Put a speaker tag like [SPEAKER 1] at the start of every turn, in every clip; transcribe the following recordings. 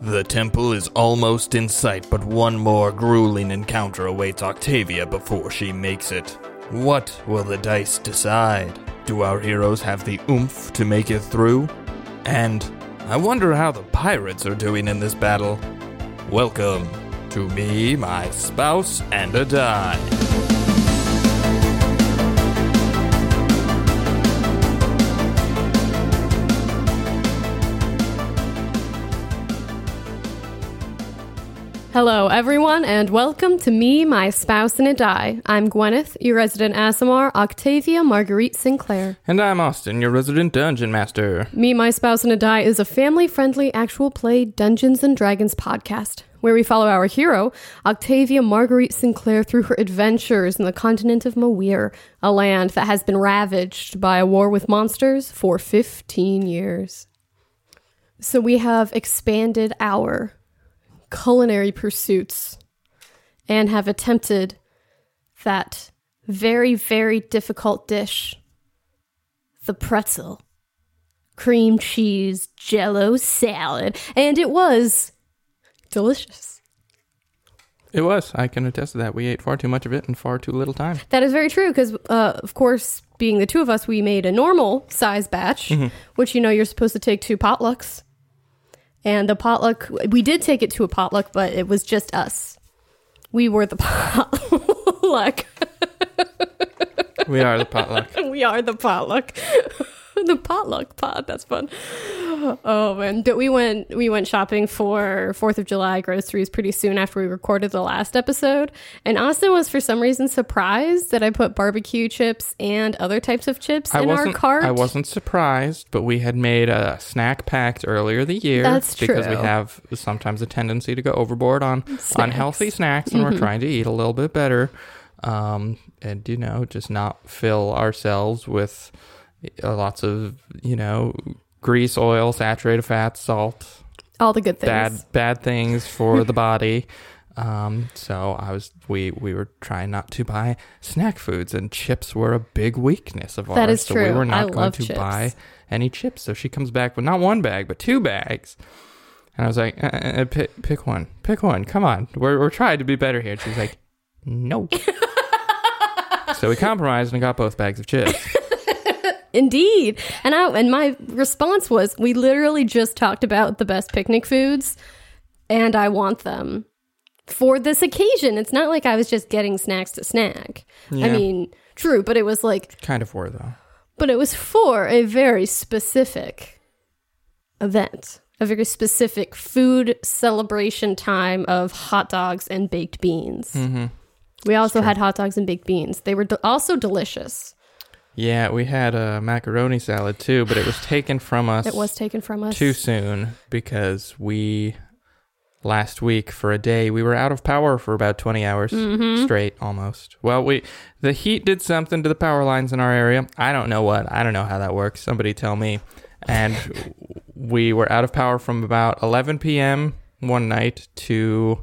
[SPEAKER 1] The temple is almost in sight, but one more grueling encounter awaits Octavia before she makes it. What will the dice decide? Do our heroes have the oomph to make it through? And I wonder how the pirates are doing in this battle. Welcome to me, my spouse, and a die.
[SPEAKER 2] Hello, everyone, and welcome to Me, My Spouse, and a Die. I'm Gwyneth, your resident Asimar, Octavia Marguerite Sinclair.
[SPEAKER 1] And I'm Austin, your resident dungeon master.
[SPEAKER 2] Me, My Spouse, and a Die is a family friendly actual play Dungeons and Dragons podcast where we follow our hero, Octavia Marguerite Sinclair, through her adventures in the continent of Mawir, a land that has been ravaged by a war with monsters for 15 years. So we have expanded our culinary pursuits and have attempted that very, very difficult dish the pretzel, cream cheese, jello salad. And it was delicious.
[SPEAKER 1] It was. I can attest to that. We ate far too much of it in far too little time.
[SPEAKER 2] That is very true because, uh, of course, being the two of us, we made a normal size batch, which you know you're supposed to take two potlucks. And the potluck, we did take it to a potluck, but it was just us. We were the potluck.
[SPEAKER 1] We are the potluck.
[SPEAKER 2] we are the potluck. the potluck pod. That's fun. Oh man, but we went we went shopping for Fourth of July groceries pretty soon after we recorded the last episode, and Austin was for some reason surprised that I put barbecue chips and other types of chips
[SPEAKER 1] I
[SPEAKER 2] in our
[SPEAKER 1] wasn't,
[SPEAKER 2] cart.
[SPEAKER 1] I wasn't surprised, but we had made a snack pact earlier the year.
[SPEAKER 2] That's
[SPEAKER 1] Because we
[SPEAKER 2] true.
[SPEAKER 1] have sometimes a tendency to go overboard on unhealthy snacks, and
[SPEAKER 2] Mm-hmm.
[SPEAKER 1] we're trying to eat a little bit better, um, and you know, just not fill ourselves with uh, lots of you know grease, oil, saturated fat, salt,
[SPEAKER 2] All the good things.
[SPEAKER 1] bad bad things for the body. Um, so I was we we were trying not to buy snack foods, and chips were a big weakness of ours.
[SPEAKER 2] That is
[SPEAKER 1] so We
[SPEAKER 2] true.
[SPEAKER 1] were not
[SPEAKER 2] I
[SPEAKER 1] going
[SPEAKER 2] love
[SPEAKER 1] to
[SPEAKER 2] chips.
[SPEAKER 1] buy any chips. So she comes back with not one bag, but two bags. And I was like, uh, uh, uh, pick, pick one, pick one. Come on, we're we're trying to be better here. And she's like, no. so we compromised and got both bags of chips.
[SPEAKER 2] Indeed. And I and my response was we literally just talked about the best picnic foods and I want them for this occasion. It's not like I was just getting snacks to snack. I
[SPEAKER 1] Yeah.
[SPEAKER 2] mean, true, but it was like
[SPEAKER 1] kind of were though.
[SPEAKER 2] but it was for a very specific event, a very specific food celebration time of hot dogs and baked beans.
[SPEAKER 1] Mm-hmm.
[SPEAKER 2] We also had hot dogs and baked beans. They were de- also delicious.
[SPEAKER 1] Yeah, we had a macaroni salad too, but it was taken from us.
[SPEAKER 2] It was taken from us.
[SPEAKER 1] too soon because we last week for a day we were out of power for about 20 hours straight almost well we the heat did something to the power lines in our area i don't know what i don't know how that works somebody tell me and we were out of power from about 11 p.m one night to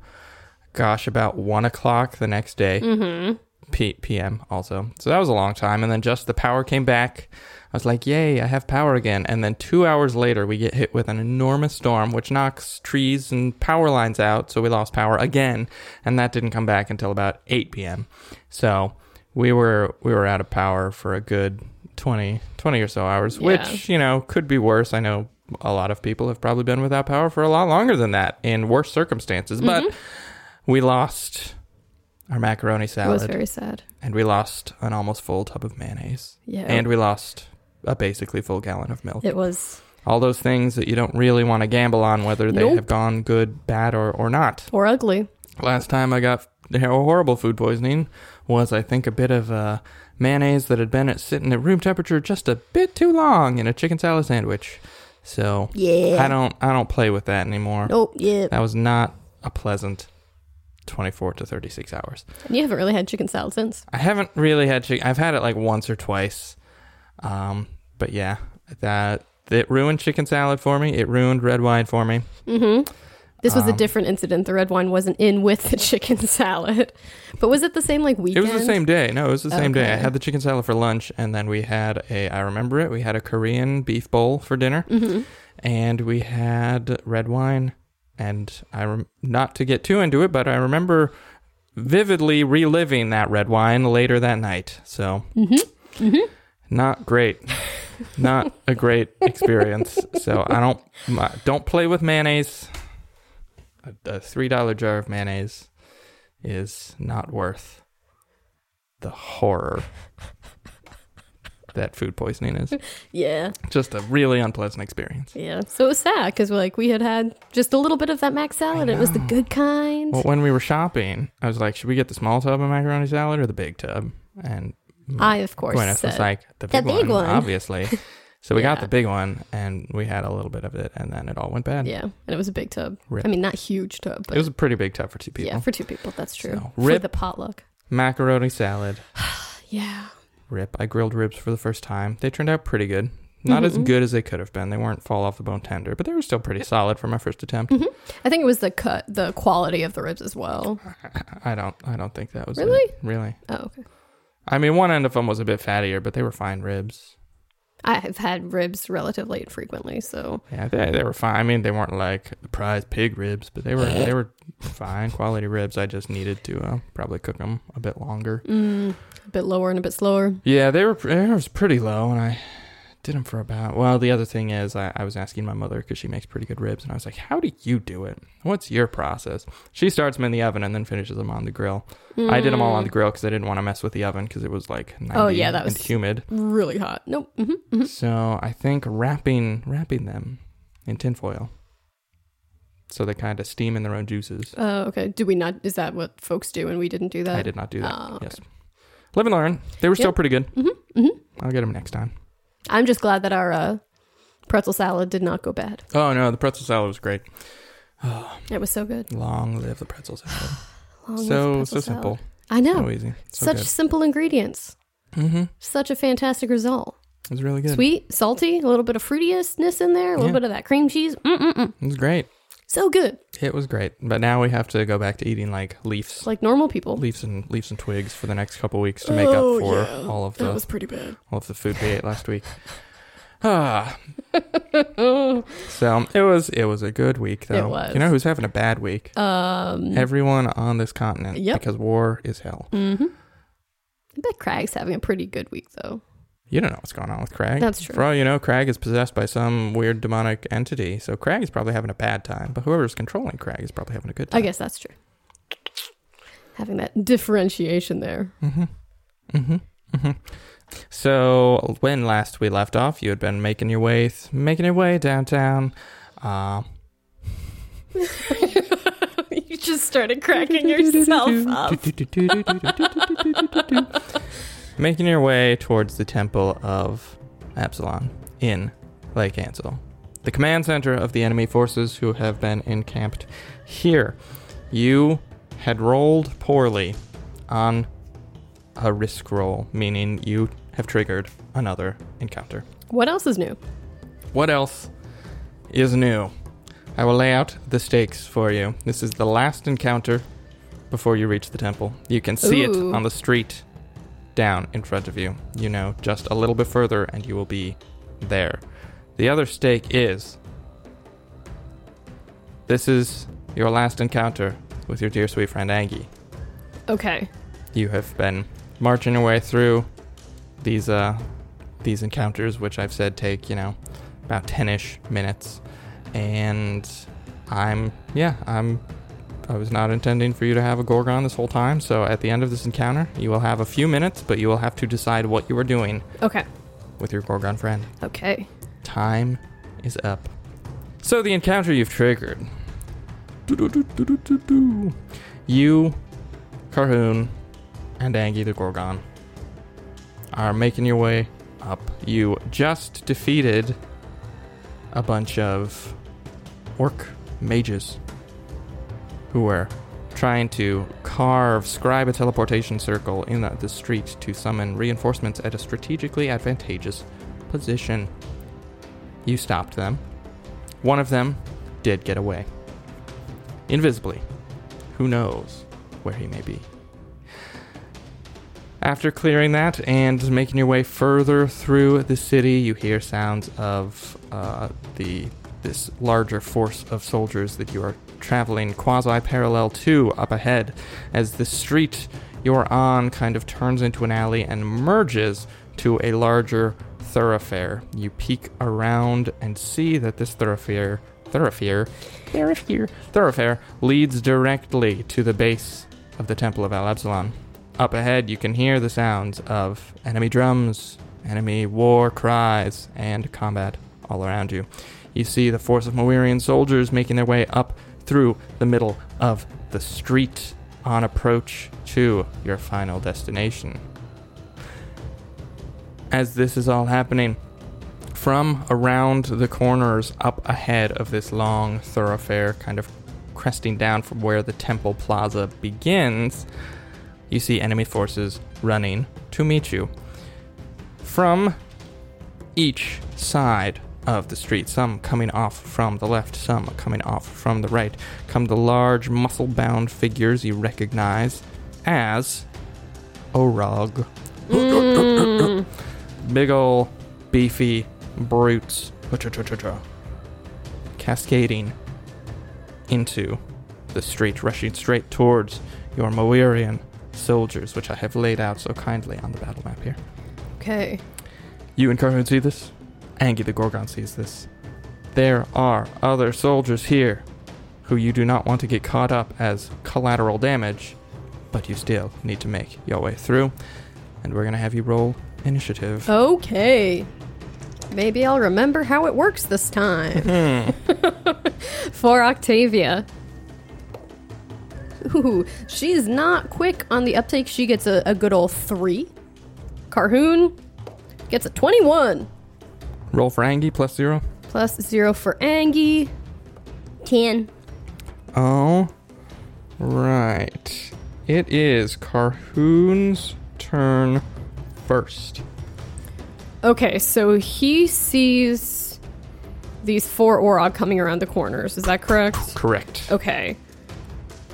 [SPEAKER 1] gosh about 1 o'clock the next day P- p.m. also. So that was a long time. And then just the power came back. I was like, yay, I have power again. And then two hours later, we get hit with an enormous storm, which knocks trees and power lines out. So we lost power again. And that didn't come back until about 8 p.m. So we were we were out of power for a good 20, 20 or so hours,
[SPEAKER 2] Yeah.
[SPEAKER 1] which, you know, could be worse. I know a lot of people have probably been without power for a lot longer than that in worse circumstances. But we lost our macaroni
[SPEAKER 2] It was
[SPEAKER 1] salad
[SPEAKER 2] very sad.
[SPEAKER 1] and we lost an almost full tub of mayonnaise
[SPEAKER 2] Yeah.
[SPEAKER 1] and we lost a basically full gallon of milk
[SPEAKER 2] it was
[SPEAKER 1] all those things that you don't really want to gamble on whether they
[SPEAKER 2] Nope.
[SPEAKER 1] have gone good bad or, or not
[SPEAKER 2] or ugly.
[SPEAKER 1] last time i got f- horrible food poisoning was i think a bit of uh, mayonnaise that had been at sitting at room temperature just a bit too long in a chicken salad sandwich so
[SPEAKER 2] Yeah.
[SPEAKER 1] i don't i don't play with that anymore
[SPEAKER 2] Oh, yeah.
[SPEAKER 1] that was not a pleasant 24 to 36 hours
[SPEAKER 2] You haven't really had chicken salad since.
[SPEAKER 1] I haven't really had chicken. I've had it like once or twice. Um, but yeah, that it ruined chicken salad for me. It ruined red wine for me.
[SPEAKER 2] Mm-hmm. This was a
[SPEAKER 1] Um,
[SPEAKER 2] different incident. The red wine wasn't in with the chicken salad. But was it the same like
[SPEAKER 1] It
[SPEAKER 2] weekend?
[SPEAKER 1] was the same day. No, it was the same day. I
[SPEAKER 2] Okay.
[SPEAKER 1] had the chicken salad for lunch, and then we had a. I remember it. We
[SPEAKER 2] Mm-hmm.
[SPEAKER 1] had a Korean beef bowl for dinner, and we had red wine and I rem- not to get too into it, but I remember vividly reliving that red wine later that night. So, not great, not a great experience. so I don't my, don't play with mayonnaise. A, a three dollar jar of mayonnaise is not worth the horror that food poisoning is.
[SPEAKER 2] Yeah.
[SPEAKER 1] Just a really unpleasant experience.
[SPEAKER 2] Yeah. So it was sad because like we had had just a little bit of that mac salad. It was the good kind.
[SPEAKER 1] Well, when we were shopping, I was like, should we get the small tub of macaroni salad or the big tub? And
[SPEAKER 2] I of course
[SPEAKER 1] Gwyneth
[SPEAKER 2] said,
[SPEAKER 1] was like, the big,
[SPEAKER 2] big one."
[SPEAKER 1] one, obviously. So we got
[SPEAKER 2] Yeah.
[SPEAKER 1] the big one and we had a little bit of it and then it all went bad.
[SPEAKER 2] yeah, and it was a big tub.
[SPEAKER 1] Rip.
[SPEAKER 2] I mean, not huge tub, but
[SPEAKER 1] It was a pretty big tub for two people.
[SPEAKER 2] yeah, for two people, that's true.
[SPEAKER 1] So,
[SPEAKER 2] for
[SPEAKER 1] rip.
[SPEAKER 2] the potluck.
[SPEAKER 1] macaroni salad,
[SPEAKER 2] Yeah.
[SPEAKER 1] rip. I grilled ribs for the first time. They turned out pretty good. Not as
[SPEAKER 2] Mm-hmm.
[SPEAKER 1] good as they could have been. They weren't fall off the bone tender, but they were still pretty solid for my first attempt.
[SPEAKER 2] I think it was the cut, the quality of the ribs as well.
[SPEAKER 1] I- I don't I don't think that was it.
[SPEAKER 2] Really?
[SPEAKER 1] Really.
[SPEAKER 2] Oh, okay.
[SPEAKER 1] I mean, one end of them was a bit fattier, but they were fine ribs.
[SPEAKER 2] I have had ribs relatively infrequently, so
[SPEAKER 1] Yeah, they, they were fine. I mean, they weren't like the prize pig ribs, but they were they were fine quality ribs. I just needed to uh, probably cook them a bit longer.
[SPEAKER 2] mm, a bit lower and a bit slower.
[SPEAKER 1] Yeah, they were they was pretty low, and I did them for about. Well, the other thing is, I, I was asking my mother because she makes pretty good ribs, and I was like, "How do you do it? What's your process?" She starts them in the oven and then finishes them on the grill. I did them all on the grill because I didn't want to mess with the oven because it was like 90
[SPEAKER 2] Oh, yeah, that
[SPEAKER 1] and
[SPEAKER 2] was-
[SPEAKER 1] humid.
[SPEAKER 2] Really hot. Nope. hmm
[SPEAKER 1] So I think wrapping wrapping them in tinfoil. So they kind of steam in their own juices.
[SPEAKER 2] Uh, okay. Do we not? Is that what folks do? And we didn't do that.
[SPEAKER 1] I did not do that.
[SPEAKER 2] Oh, okay.
[SPEAKER 1] Yes. Live and learn. They were still
[SPEAKER 2] Yep.
[SPEAKER 1] pretty good.
[SPEAKER 2] Mm-hmm. hmm
[SPEAKER 1] I'll get them next time.
[SPEAKER 2] I'm just glad that our uh, pretzel salad did not go bad.
[SPEAKER 1] Oh no, the pretzel salad was great.
[SPEAKER 2] It was so good.
[SPEAKER 1] Long live the pretzel salad.
[SPEAKER 2] Long live
[SPEAKER 1] so
[SPEAKER 2] pretzel
[SPEAKER 1] so
[SPEAKER 2] salad.
[SPEAKER 1] simple,
[SPEAKER 2] I know.
[SPEAKER 1] so easy, so
[SPEAKER 2] Such simple ingredients.
[SPEAKER 1] good. Mm-hmm. It
[SPEAKER 2] Such a fantastic result.
[SPEAKER 1] was really good.
[SPEAKER 2] Sweet, salty, a little bit of fruitiness in there, a little
[SPEAKER 1] Yeah.
[SPEAKER 2] bit of that cream cheese. Mm-mm-mm.
[SPEAKER 1] It was great.
[SPEAKER 2] So good.
[SPEAKER 1] It was great. But now we have to go back to eating like leaves,
[SPEAKER 2] Like normal people.
[SPEAKER 1] leaves and leaves and twigs for the next couple weeks to make
[SPEAKER 2] Oh,
[SPEAKER 1] up for all of the
[SPEAKER 2] pretty bad.
[SPEAKER 1] all of the food we ate last week. Ah. so it was it was a good week though.
[SPEAKER 2] was.
[SPEAKER 1] You know who's having a bad week?
[SPEAKER 2] Um,
[SPEAKER 1] Everyone on this continent.
[SPEAKER 2] Yep.
[SPEAKER 1] Because war is hell.
[SPEAKER 2] mhm. I bet Craig's having a pretty good week though.
[SPEAKER 1] You don't know what's going on with Craig.
[SPEAKER 2] That's true.
[SPEAKER 1] For all you know, Craig is possessed by some weird demonic entity. So Craig is probably having a bad time. But whoever's controlling Craig is probably having a good time.
[SPEAKER 2] I guess that's true. Having that differentiation there.
[SPEAKER 1] Mm-hmm. So when last we left off, you had been making your way th- making your way downtown. Uh,
[SPEAKER 2] you just started
[SPEAKER 1] Making your way towards the temple of Absalom in Lake Ansel, the command center of the enemy forces who have been encamped here. You had rolled poorly on a risk roll, meaning you have triggered another encounter.
[SPEAKER 2] What else is new?
[SPEAKER 1] What else is new? I will lay out the stakes for you. This is the last encounter before you reach the temple. You can see
[SPEAKER 2] Ooh.
[SPEAKER 1] it on the street down in front of you. You know, just a little bit further, and you will be there. The other stake is this is your last encounter with your dear sweet friend Angie
[SPEAKER 2] Okay.
[SPEAKER 1] you have been marching your way through these uh these encounters which i've said take you know about 10ish minutes and i'm yeah i'm i was not intending for you to have a gorgon this whole time so at the end of this encounter you will have a few minutes but you will have to decide what you are doing
[SPEAKER 2] Okay.
[SPEAKER 1] with your gorgon friend
[SPEAKER 2] Okay.
[SPEAKER 1] Time is up. So the encounter you've triggered. Do-do-do-do-do-do-do. You, Carhoon, and Angie the Gorgon are making your way up. You just defeated a bunch of orc mages who were trying to carve, scribe a teleportation circle in the, the street to summon reinforcements at a strategically advantageous position. You stopped them. One of them did get away. Invisibly. Who knows where he may be. After clearing that and making your way further through the city, you hear sounds of uh, the this larger force of soldiers that you are traveling quasi parallel to up ahead as the street you're on kind of turns into an alley and merges to a larger thoroughfare. You peek around and see that this thoroughfare thoroughfare thoroughfare thoroughfare leads directly to the base of the Temple of Al Absalon. Up ahead, you can hear the sounds of enemy drums, enemy war cries, and combat all around you. You see the force of Moirian soldiers making their way up through the middle of the street on approach to your final destination. As this is all happening, from around the corners up ahead of this long thoroughfare, kind of cresting down from where the temple plaza begins, you see enemy forces running to meet you. From each side of the street, some coming off from the left, some coming off from the right, come the large muscle bound figures you recognize as Orog. Big ol' beefy brutes cascading into the street, rushing straight towards your Moirian soldiers, which I have laid out so kindly on the battle map here.
[SPEAKER 2] Okay.
[SPEAKER 1] You and Carhoon see this. Angie the Gorgon sees this. There are other soldiers here who you do not want to get caught up as collateral damage, but you still need to make your way through. And we're going to have you roll
[SPEAKER 2] Uh,
[SPEAKER 1] initiative.
[SPEAKER 2] Okay. Maybe I'll remember how it works this time. For Octavia. Ooh, she's not quick on the uptake. She gets a, a good old three. Carhoon gets a 21.
[SPEAKER 1] Roll for Angie plus zero.
[SPEAKER 2] Plus zero for Angie. 10.
[SPEAKER 1] Oh, right. It is Carhoon's turn first.
[SPEAKER 2] Okay, so he sees these four Orog coming around the corners. Is that correct?
[SPEAKER 1] Correct.
[SPEAKER 2] Okay.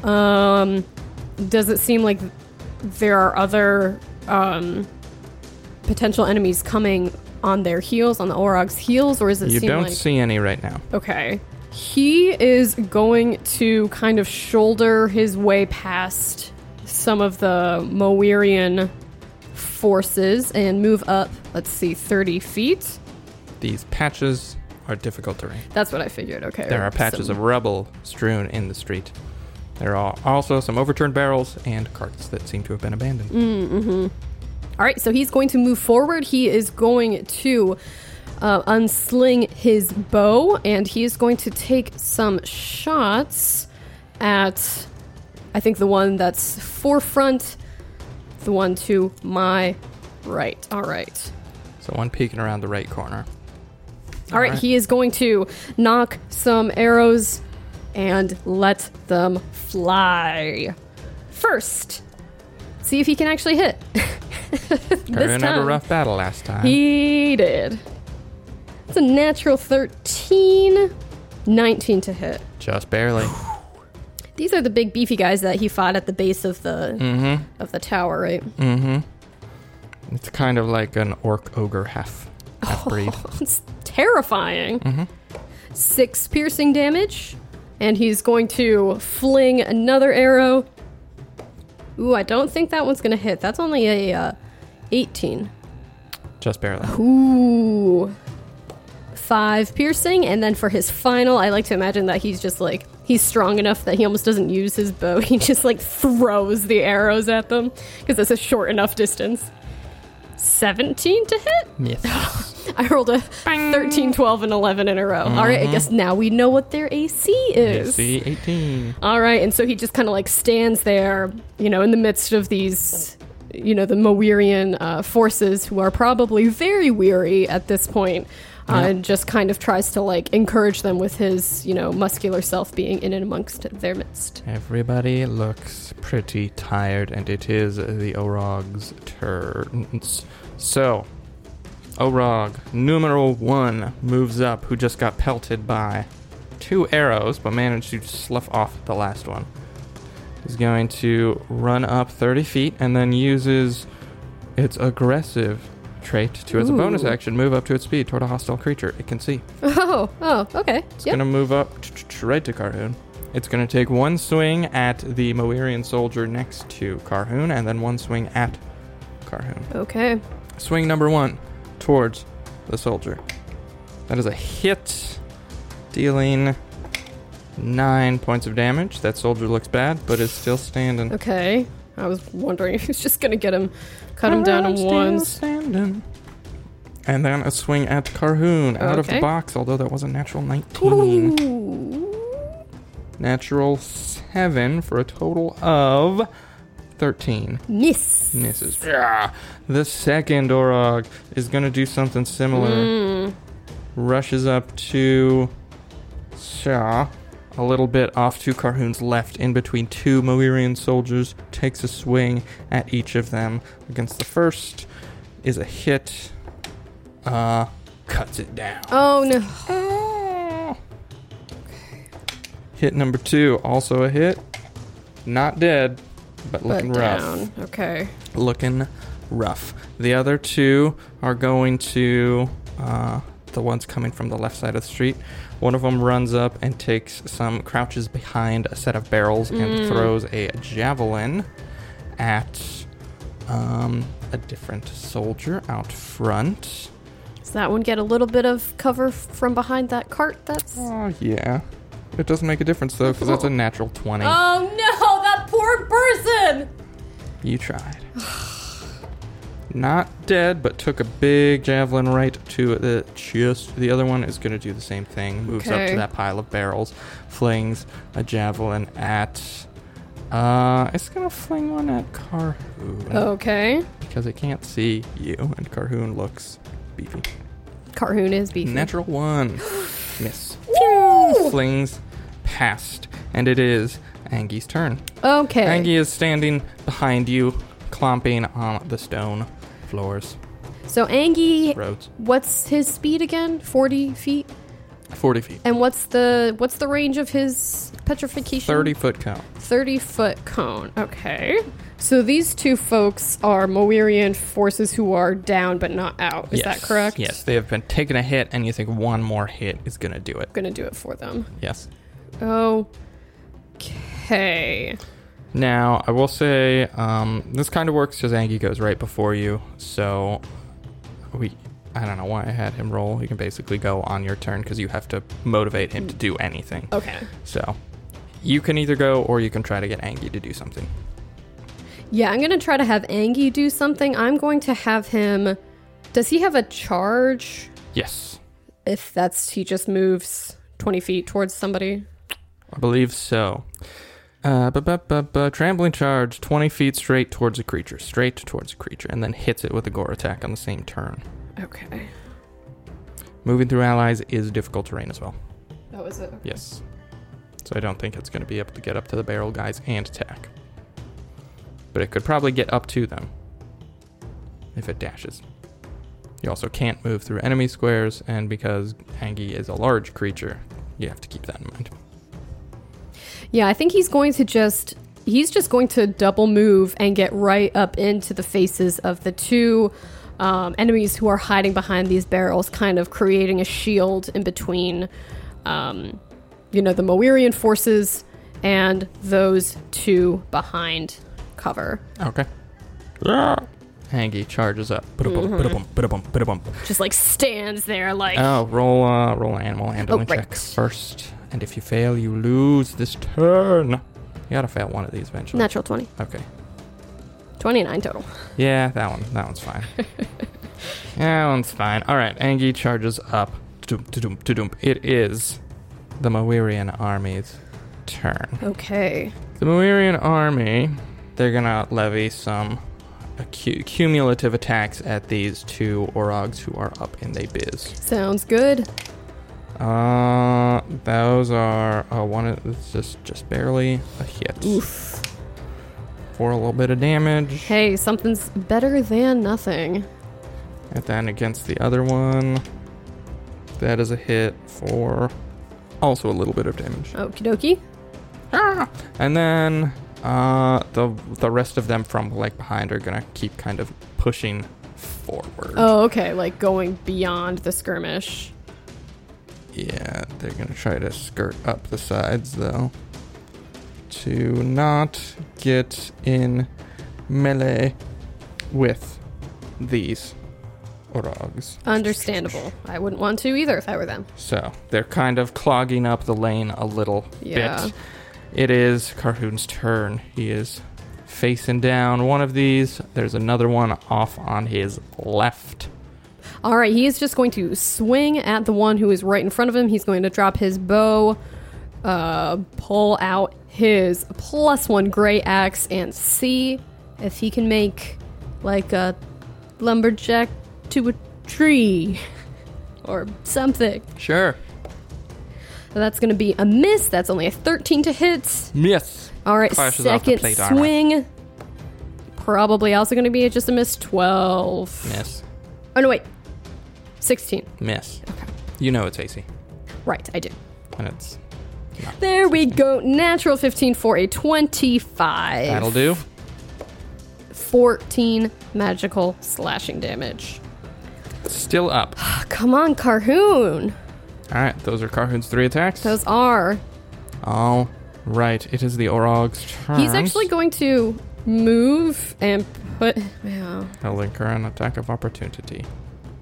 [SPEAKER 2] Um, does it seem like there are other um, potential enemies coming on their heels, on the Orog's heels, or is it
[SPEAKER 1] You
[SPEAKER 2] seem
[SPEAKER 1] don't
[SPEAKER 2] like
[SPEAKER 1] see any right now.
[SPEAKER 2] okay? He is going to kind of shoulder his way past some of the Moirian forces and move up. Let's see, thirty feet.
[SPEAKER 1] These patches are difficult terrain.
[SPEAKER 2] That's what I figured. Okay.
[SPEAKER 1] There are patches of rubble strewn in the street. There are also some overturned barrels and carts that seem to have been abandoned.
[SPEAKER 2] Mm. All right, so he's going to move forward. He is going to uh, unsling his bow, and he is going to take some shots at, I think, the one that's forefront, the one to my right. All right.
[SPEAKER 1] So one peeking around the right corner.
[SPEAKER 2] All right,
[SPEAKER 1] right.
[SPEAKER 2] he is going to knock some arrows and let them fly. First, see if he can actually hit.
[SPEAKER 1] Carhoon
[SPEAKER 2] this
[SPEAKER 1] had a
[SPEAKER 2] time.
[SPEAKER 1] rough battle last time.
[SPEAKER 2] He did. It's a natural 13, 19 to hit.
[SPEAKER 1] Just barely.
[SPEAKER 2] These are the big beefy guys that he fought at the base of the of the tower, right?
[SPEAKER 1] It's kind of like an orc ogre half half breed.
[SPEAKER 2] It's terrifying. Six piercing damage, and he's going to fling another arrow. Ooh, I don't think that one's gonna hit. That's only a uh, 18.
[SPEAKER 1] Just barely.
[SPEAKER 2] Ooh. Five piercing, and then for his final, I like to imagine that he's just like he's strong enough that he almost doesn't use his bow. He just like throws the arrows at them because it's a short enough distance. 17 to hit?
[SPEAKER 1] Yes.
[SPEAKER 2] I rolled a 13, 12, and 11 in a row. All right, I guess now we know what their AC is.
[SPEAKER 1] AC 18.
[SPEAKER 2] All right, and so he just kind of like stands there, you know, in the midst of these, you know, the Moirian uh, forces who are probably very weary at this point, uh,
[SPEAKER 1] Yeah.
[SPEAKER 2] and just kind of tries to like encourage them with his, you know, muscular self being in and amongst their midst.
[SPEAKER 1] Everybody looks pretty tired, and it is the Orog's turns. So, Orog, numeral one, moves up, who just got pelted by two arrows, but managed to slough off the last one. He's going to run up 30 feet and then uses its aggressive trait to, as a bonus action, move up to its speed toward a hostile creature it can see.
[SPEAKER 2] Oh, oh, okay.
[SPEAKER 1] It's
[SPEAKER 2] Yep.
[SPEAKER 1] gonna move up t- t- t- right to Carhoon. It's gonna take one swing at the Moirian soldier next to Carhoon, and then one swing at Carhoon.
[SPEAKER 2] Okay.
[SPEAKER 1] Swing number one towards the soldier. That is a hit, dealing nine points of damage. That soldier looks bad, but is still standing.
[SPEAKER 2] Okay. I was wondering if he was just gonna get him, cut him down
[SPEAKER 1] I'm
[SPEAKER 2] in
[SPEAKER 1] still
[SPEAKER 2] ones.
[SPEAKER 1] standing. And then a swing at Carhoon out of the
[SPEAKER 2] Okay.
[SPEAKER 1] box, although that was a natural 19.
[SPEAKER 2] Ooh.
[SPEAKER 1] Natural 7 for a total of 13.
[SPEAKER 2] Miss.
[SPEAKER 1] Misses. Yeah. The second Orog is going to do something similar.
[SPEAKER 2] Mm.
[SPEAKER 1] Rushes up to Shaw, a little bit off to Carhoon's left, in between two Moirian soldiers, takes a swing at each of them. Against the first is a hit, uh, cuts it down.
[SPEAKER 2] Oh no.
[SPEAKER 1] Hit number two, also a hit. Not dead, but
[SPEAKER 2] But
[SPEAKER 1] looking rough.
[SPEAKER 2] down. Okay.
[SPEAKER 1] Looking rough. The other two are going to uh, the ones coming from the left side of the street. One of them runs up and takes some, crouches behind a set of barrels and throws a javelin at um, a different soldier out front.
[SPEAKER 2] Does that one get a little bit of cover f- from behind that cart? That's.
[SPEAKER 1] Oh, yeah. It doesn't make a difference, though, because that's a natural 20.
[SPEAKER 2] Oh no! That poor person.
[SPEAKER 1] You tried. Not dead, but took a big javelin right to the chest. The other one is going to do the same thing. Moves up
[SPEAKER 2] Okay.
[SPEAKER 1] to that pile of barrels, flings a javelin at. Uh, it's going to fling one at Carhoon
[SPEAKER 2] Oh. Okay.
[SPEAKER 1] because it can't see you, and Carhoon looks beefy.
[SPEAKER 2] Carhoon is beefy.
[SPEAKER 1] Natural one. Miss.
[SPEAKER 2] Woo!
[SPEAKER 1] Flings past, and it is Angie's turn.
[SPEAKER 2] Okay.
[SPEAKER 1] Angie is standing behind you, clomping on the stone floors,
[SPEAKER 2] So Angie,
[SPEAKER 1] roads.
[SPEAKER 2] what's his speed again? Forty feet.
[SPEAKER 1] 40 feet.
[SPEAKER 2] And what's the what's the range of his petrification?
[SPEAKER 1] 30 foot count.
[SPEAKER 2] 30 foot cone. Okay. So these two folks are Moirian forces who are down but not out. Is that correct?
[SPEAKER 1] Yes, they have been taking a hit, and you think one more hit is going to do it.
[SPEAKER 2] I'm gonna do it for them.
[SPEAKER 1] Yes.
[SPEAKER 2] Okay.
[SPEAKER 1] Now, I will say um, this kind of works because Angie goes right before you, so we. I don't know why I had him roll. He can basically go on your turn because you have to motivate him to do anything.
[SPEAKER 2] Okay.
[SPEAKER 1] So you can either go or you can try to get Angie to do something.
[SPEAKER 2] Yeah, I'm gonna try to have Angie do something. I'm going to have him. Does he have a charge?
[SPEAKER 1] Yes.
[SPEAKER 2] If that's he just moves 20 feet towards somebody.
[SPEAKER 1] I believe so. Uh, bu- bu- bu- bu- trampling charge 20 feet straight towards a creature, straight towards a creature, and then hits it with a gore attack on the same turn.
[SPEAKER 2] Okay.
[SPEAKER 1] Moving through allies is difficult terrain as well.
[SPEAKER 2] That was it.
[SPEAKER 1] Yes. So I don't think it's going to be able to get up to the barrel guys and attack. But it could probably get up to them if it dashes. You also can't move through enemy squares, and because Angie is a large creature, you have to keep that in mind.
[SPEAKER 2] Yeah, I think he's going to just he's just going to double move and get right up into the faces of the two um, enemies who are hiding behind these barrels, kind of creating a shield in between, um, you know, the Moirian forces and those two behind cover.
[SPEAKER 1] Okay. Hangy Ah. charges up. Ba-da-bum, ba-da-bum, ba-da-bum, ba-da-bum.
[SPEAKER 2] Just like stands there, like
[SPEAKER 1] Oh, roll uh, roll an animal handling
[SPEAKER 2] right.
[SPEAKER 1] check first. And if you fail, you lose this turn. You gotta fail one of these eventually.
[SPEAKER 2] natural 20,
[SPEAKER 1] Okay.
[SPEAKER 2] 29 total.
[SPEAKER 1] Yeah, that one. That one's fine. that one's fine. All right, Angie charges up. Doom, doom, doom. It is the Moirian army's turn.
[SPEAKER 2] Okay.
[SPEAKER 1] The Moirian army, they're gonna levy some accu- cumulative attacks at these two Orogs who are up in they biz.
[SPEAKER 2] Sounds good.
[SPEAKER 1] Uh, those are uh, one. It's just just barely a hit
[SPEAKER 2] Oof.
[SPEAKER 1] for a little bit of damage,
[SPEAKER 2] Hey, something's better than nothing.
[SPEAKER 1] and then against the other one, that is a hit for also a little bit of damage.
[SPEAKER 2] Okie dokie.
[SPEAKER 1] And then uh, the the rest of them from like behind are gonna keep kind of pushing forward.
[SPEAKER 2] Oh, okay. Like going beyond the skirmish.
[SPEAKER 1] Yeah, they're gonna try to skirt up the sides though. To not get in melee with these orogs.
[SPEAKER 2] Understandable. I wouldn't want to either if I were them.
[SPEAKER 1] So they're kind of clogging up the lane a little
[SPEAKER 2] Yeah.
[SPEAKER 1] bit. It is Carhoon's turn. He is facing down one of these. There's another one off on his left.
[SPEAKER 2] All right, he is just going to swing at the one who is right in front of him. He's going to drop his bow, uh, pull out his plus one gray axe, and see if he can make like a lumberjack to a tree or something.
[SPEAKER 1] Sure.
[SPEAKER 2] That's going to be a miss. That's only a 13 to hit.
[SPEAKER 1] Yes.
[SPEAKER 2] All right,
[SPEAKER 1] Clashes off the
[SPEAKER 2] second
[SPEAKER 1] plate armor.
[SPEAKER 2] swing. Probably also going to be just a miss 12.
[SPEAKER 1] Miss.
[SPEAKER 2] Oh, no, wait. 16.
[SPEAKER 1] Miss. You know it's AC.
[SPEAKER 2] Right, I do.
[SPEAKER 1] And it's
[SPEAKER 2] There we go. Natural 15 for a 25.
[SPEAKER 1] that'll do.
[SPEAKER 2] 14 magical slashing damage.
[SPEAKER 1] Still up.
[SPEAKER 2] Ah, Come on, Carhoon.
[SPEAKER 1] Alright, those are Carhoon's three attacks.
[SPEAKER 2] Those are.
[SPEAKER 1] All right, it is the Orog's turn.
[SPEAKER 2] He's actually going to move and put. Yeah.
[SPEAKER 1] He'll incur an attack of opportunity.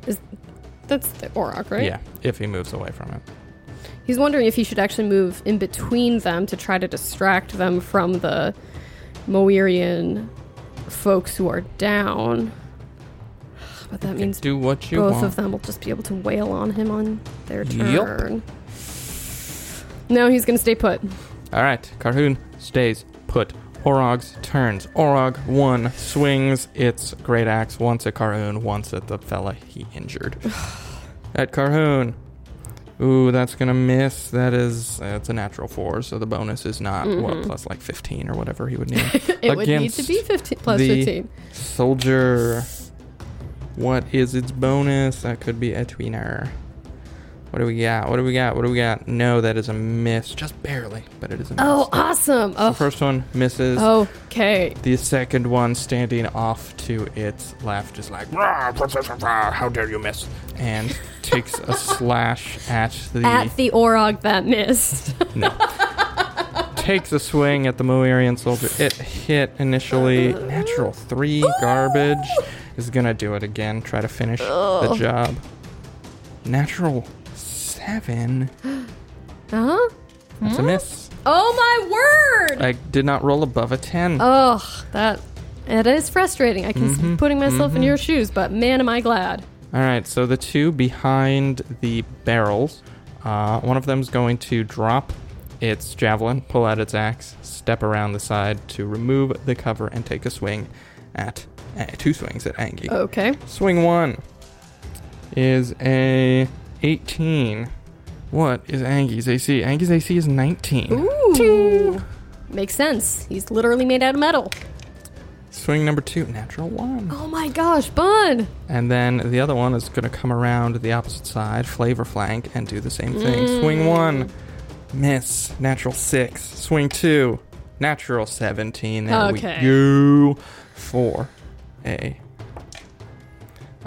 [SPEAKER 2] Is, that's the Orok, right?
[SPEAKER 1] Yeah, if he moves away from it.
[SPEAKER 2] He's wondering if he should actually move in between them to try to distract them from the Moirian folks who are down. But that means
[SPEAKER 1] Do what you
[SPEAKER 2] both
[SPEAKER 1] want.
[SPEAKER 2] of them will just be able to wail on him on their
[SPEAKER 1] Yup.
[SPEAKER 2] turn. No, he's gonna stay put.
[SPEAKER 1] All right, Carhoon stays put. Orog's turns. Orog one swings its great axe once at Carhoon, once at the fella he injured. at Carhoon. Ooh, that's gonna miss. That is, uh, it's a natural four, so the bonus is not
[SPEAKER 2] Mm-hmm.
[SPEAKER 1] what plus like fifteen or whatever he would need.
[SPEAKER 2] It would need to
[SPEAKER 1] Against
[SPEAKER 2] be 15 plus
[SPEAKER 1] the-
[SPEAKER 2] 15.
[SPEAKER 1] Soldier. What is its bonus? That could be a tweener. What do we got? What do we got? What do we got? No, that is a miss. Just barely, but it is a miss.
[SPEAKER 2] Oh, awesome!
[SPEAKER 1] The
[SPEAKER 2] Oh,
[SPEAKER 1] first one misses.
[SPEAKER 2] okay.
[SPEAKER 1] The second one standing off to its left is like, "Rah, Professor Rah, how dare you miss? And takes a slash at the.
[SPEAKER 2] At the Orog that missed.
[SPEAKER 1] no. takes a swing at the Moirian soldier. It hit initially. Natural three garbage is gonna do it again. Try to finish the job. Natural seven.
[SPEAKER 2] huh?
[SPEAKER 1] That's a miss.
[SPEAKER 2] Uh-huh. Oh my word!
[SPEAKER 1] I did not roll above a ten.
[SPEAKER 2] Oh. Ugh, that it is frustrating. I can
[SPEAKER 1] Mm-hmm.
[SPEAKER 2] keep putting myself in your shoes, but man, am I glad.
[SPEAKER 1] All right, so the two behind the barrels, uh, one of them's going to drop its javelin, pull out its axe, step around the side to remove the cover, and take a swing at uh, two swings at Angie.
[SPEAKER 2] Okay,
[SPEAKER 1] Swing one is a 18. What is Angie's AC? Angie's AC is 19.
[SPEAKER 2] ooh, makes sense. He's literally made out of metal.
[SPEAKER 1] Swing number two, natural one.
[SPEAKER 2] Oh my gosh, bud!
[SPEAKER 1] And then the other one is going to come around the opposite side, flavor flank, and do the same thing.
[SPEAKER 2] Mm.
[SPEAKER 1] Swing one, miss, natural six. Swing two, natural 17. There
[SPEAKER 2] Okay.
[SPEAKER 1] we go. Four, a.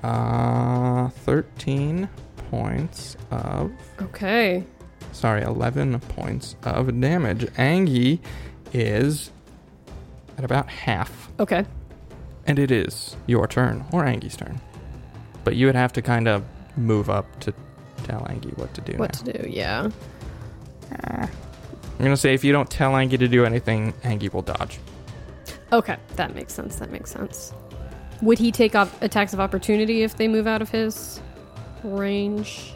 [SPEAKER 1] Uh, 13 points of.
[SPEAKER 2] Okay,
[SPEAKER 1] Sorry, 11 points of damage. Angie is at about half.
[SPEAKER 2] okay.
[SPEAKER 1] And it is your turn, or Angie's turn. But you would have to kind of move up to tell Angie what to do
[SPEAKER 2] What
[SPEAKER 1] now.
[SPEAKER 2] to do? Yeah.
[SPEAKER 1] I'm going to say if you don't tell Angie to do anything, Angie will dodge.
[SPEAKER 2] Okay, that makes sense. That makes sense. Would he take off attacks of opportunity if they move out of his range?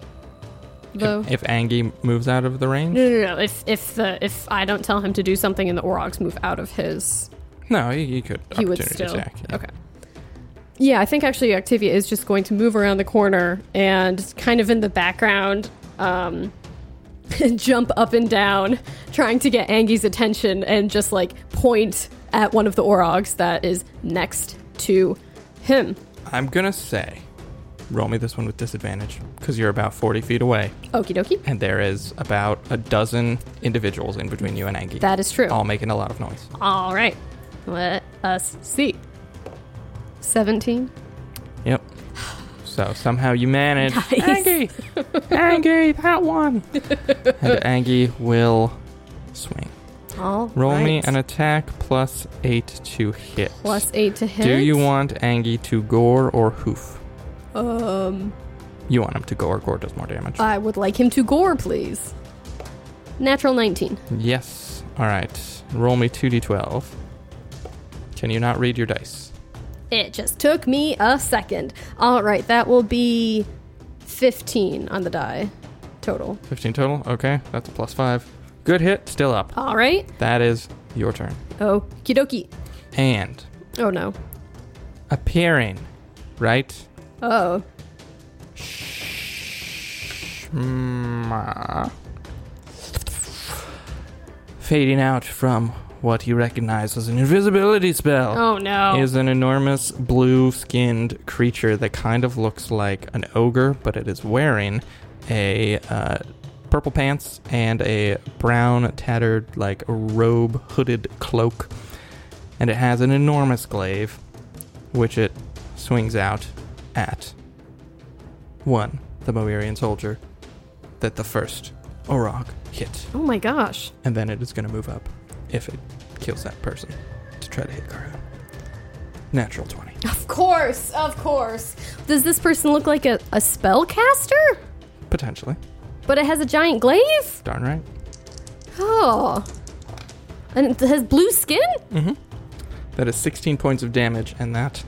[SPEAKER 2] Though.
[SPEAKER 1] If, if Angie moves out of the range?
[SPEAKER 2] no, no, no. If if the if I don't tell him to do something and the Orogs move out of his,
[SPEAKER 1] No, he, he could.
[SPEAKER 2] he would
[SPEAKER 1] opportunity
[SPEAKER 2] still.
[SPEAKER 1] Attack, yeah.
[SPEAKER 2] Okay. Yeah, I think actually Octavia is just going to move around the corner and kind of in the background, um, jump up and down, trying to get Angie's attention and just like point at one of the Orogs that is next to him.
[SPEAKER 1] I'm going to say roll me this one with disadvantage because you're about 40 feet away,
[SPEAKER 2] Okie dokie.
[SPEAKER 1] and there is about a dozen individuals in between you and Angie.
[SPEAKER 2] That is true.
[SPEAKER 1] all making a lot of noise.
[SPEAKER 2] All right. Let us see. 17.
[SPEAKER 1] Yep. So somehow you managed.
[SPEAKER 3] Nice.
[SPEAKER 1] Angie! Angie, that one! and Angie will swing.
[SPEAKER 2] All
[SPEAKER 1] Roll me
[SPEAKER 3] Right.
[SPEAKER 1] an attack plus eight to hit.
[SPEAKER 2] plus eight to hit.
[SPEAKER 1] Do you want Angie to gore or hoof?
[SPEAKER 2] Um, Uh.
[SPEAKER 1] You want him to gore. Gore does more damage.
[SPEAKER 2] I would like him to gore, please. Natural 19.
[SPEAKER 1] Hmm. yes. All right. Roll me 2d12. Can you not read your dice?
[SPEAKER 2] It just took me a second. All right, that will be 15 on the die total.
[SPEAKER 1] 15 total? Okay. That's a plus 5. Good hit. Still up.
[SPEAKER 2] All right.
[SPEAKER 1] That is your turn.
[SPEAKER 2] Oh, kidoki.
[SPEAKER 1] And
[SPEAKER 2] Oh no.
[SPEAKER 1] appearing, right?
[SPEAKER 2] Oh.
[SPEAKER 1] Mwah. Fading out from what you recognize as an invisibility spell.
[SPEAKER 2] Oh no.
[SPEAKER 1] is an enormous blue skinned creature that kind of looks like an ogre, but it is wearing a uh, purple pants and a brown, tattered, like robe hooded cloak. And it has an enormous glaive, which it swings out at one, the Moirian soldier, that the first Orog hit.
[SPEAKER 2] oh my gosh.
[SPEAKER 1] And then it is going to move up if it kills that person to try to hit Cargo. Natural 20.
[SPEAKER 2] Of course, of course. Does this person look like a, a spellcaster?
[SPEAKER 1] Potentially.
[SPEAKER 2] But it has a giant glaive?
[SPEAKER 1] Darn right.
[SPEAKER 2] Oh. And it has blue skin?
[SPEAKER 1] Hmm. That is 16 points of damage, and that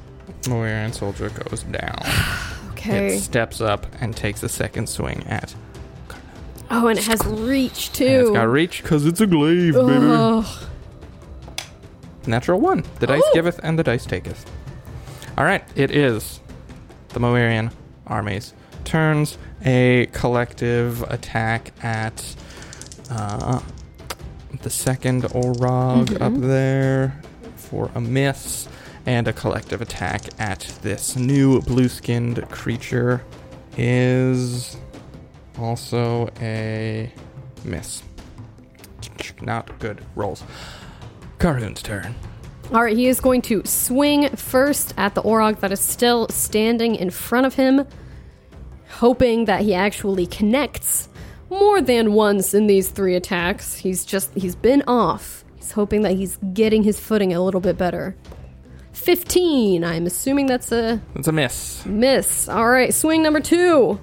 [SPEAKER 1] Moirian soldier goes down.
[SPEAKER 2] Okay.
[SPEAKER 1] It steps up and takes a second swing at.
[SPEAKER 2] oh, and it has reach too. Oh.
[SPEAKER 1] And it's got reach because it's a glaive, baby.
[SPEAKER 2] Ugh.
[SPEAKER 1] Natural one. The dice
[SPEAKER 2] Ooh.
[SPEAKER 1] giveth and the dice taketh. All right, it is the Moirian armies turns a collective attack at uh, the second Orog up there for a miss, and a collective attack at this new blue-skinned creature is also a miss. Not good rolls. Carhoon's turn.
[SPEAKER 2] All right, he is going to swing first at the Orog that is still standing in front of him, hoping that he actually connects more than once in these three attacks. He's just, he's been off. He's hoping that he's getting his footing a little bit better. 15, I'm assuming that's a
[SPEAKER 1] That's a miss.
[SPEAKER 2] miss. All right, swing number two.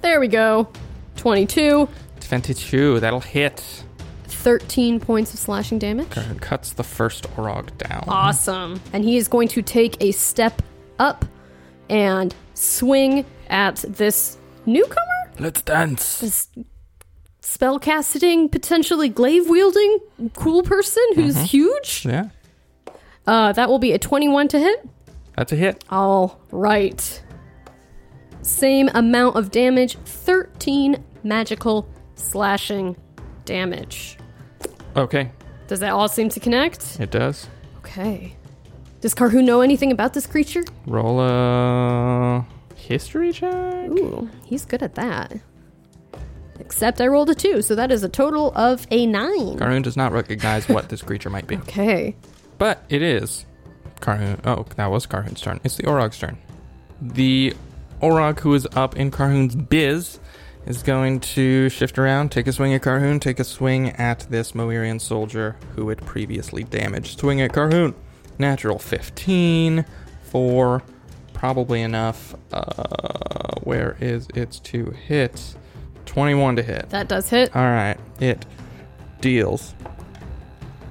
[SPEAKER 2] There we go. 22,
[SPEAKER 1] 22. That'll hit.
[SPEAKER 2] 13 points of slashing damage.
[SPEAKER 1] Carhoon cuts the first Orog down.
[SPEAKER 2] Awesome. And he is going to take a step up and swing at this newcomer?
[SPEAKER 1] Let's dance.
[SPEAKER 2] This spell casting, potentially glaive wielding, cool person who's huge?
[SPEAKER 1] Yeah,
[SPEAKER 2] Uh, that will be a 21 to hit.
[SPEAKER 1] that's a hit.
[SPEAKER 2] All right. Same amount of damage 13 magical slashing damage.
[SPEAKER 1] Okay,
[SPEAKER 2] Does that all seem to connect?
[SPEAKER 1] it does.
[SPEAKER 2] Okay. Does Carhu know anything about this creature?
[SPEAKER 1] Roll a history check.
[SPEAKER 2] Ooh, he's good at that. Except I rolled a two, so that is a total of a nine.
[SPEAKER 1] Carhoon does not recognize what this creature might be,
[SPEAKER 2] Okay.
[SPEAKER 1] but it is Carhoon. Oh, that was Carhoon's turn. It's the Orog's turn. The Orog who is up in Carhoon's biz is going to shift around, take a swing at Carhoon, take a swing at this Moirian soldier who it previously damaged. Swing at Carhoon. Natural 15 for probably enough. Uh, where is its to hit? 21 to hit.
[SPEAKER 2] That does hit.
[SPEAKER 1] All right, it deals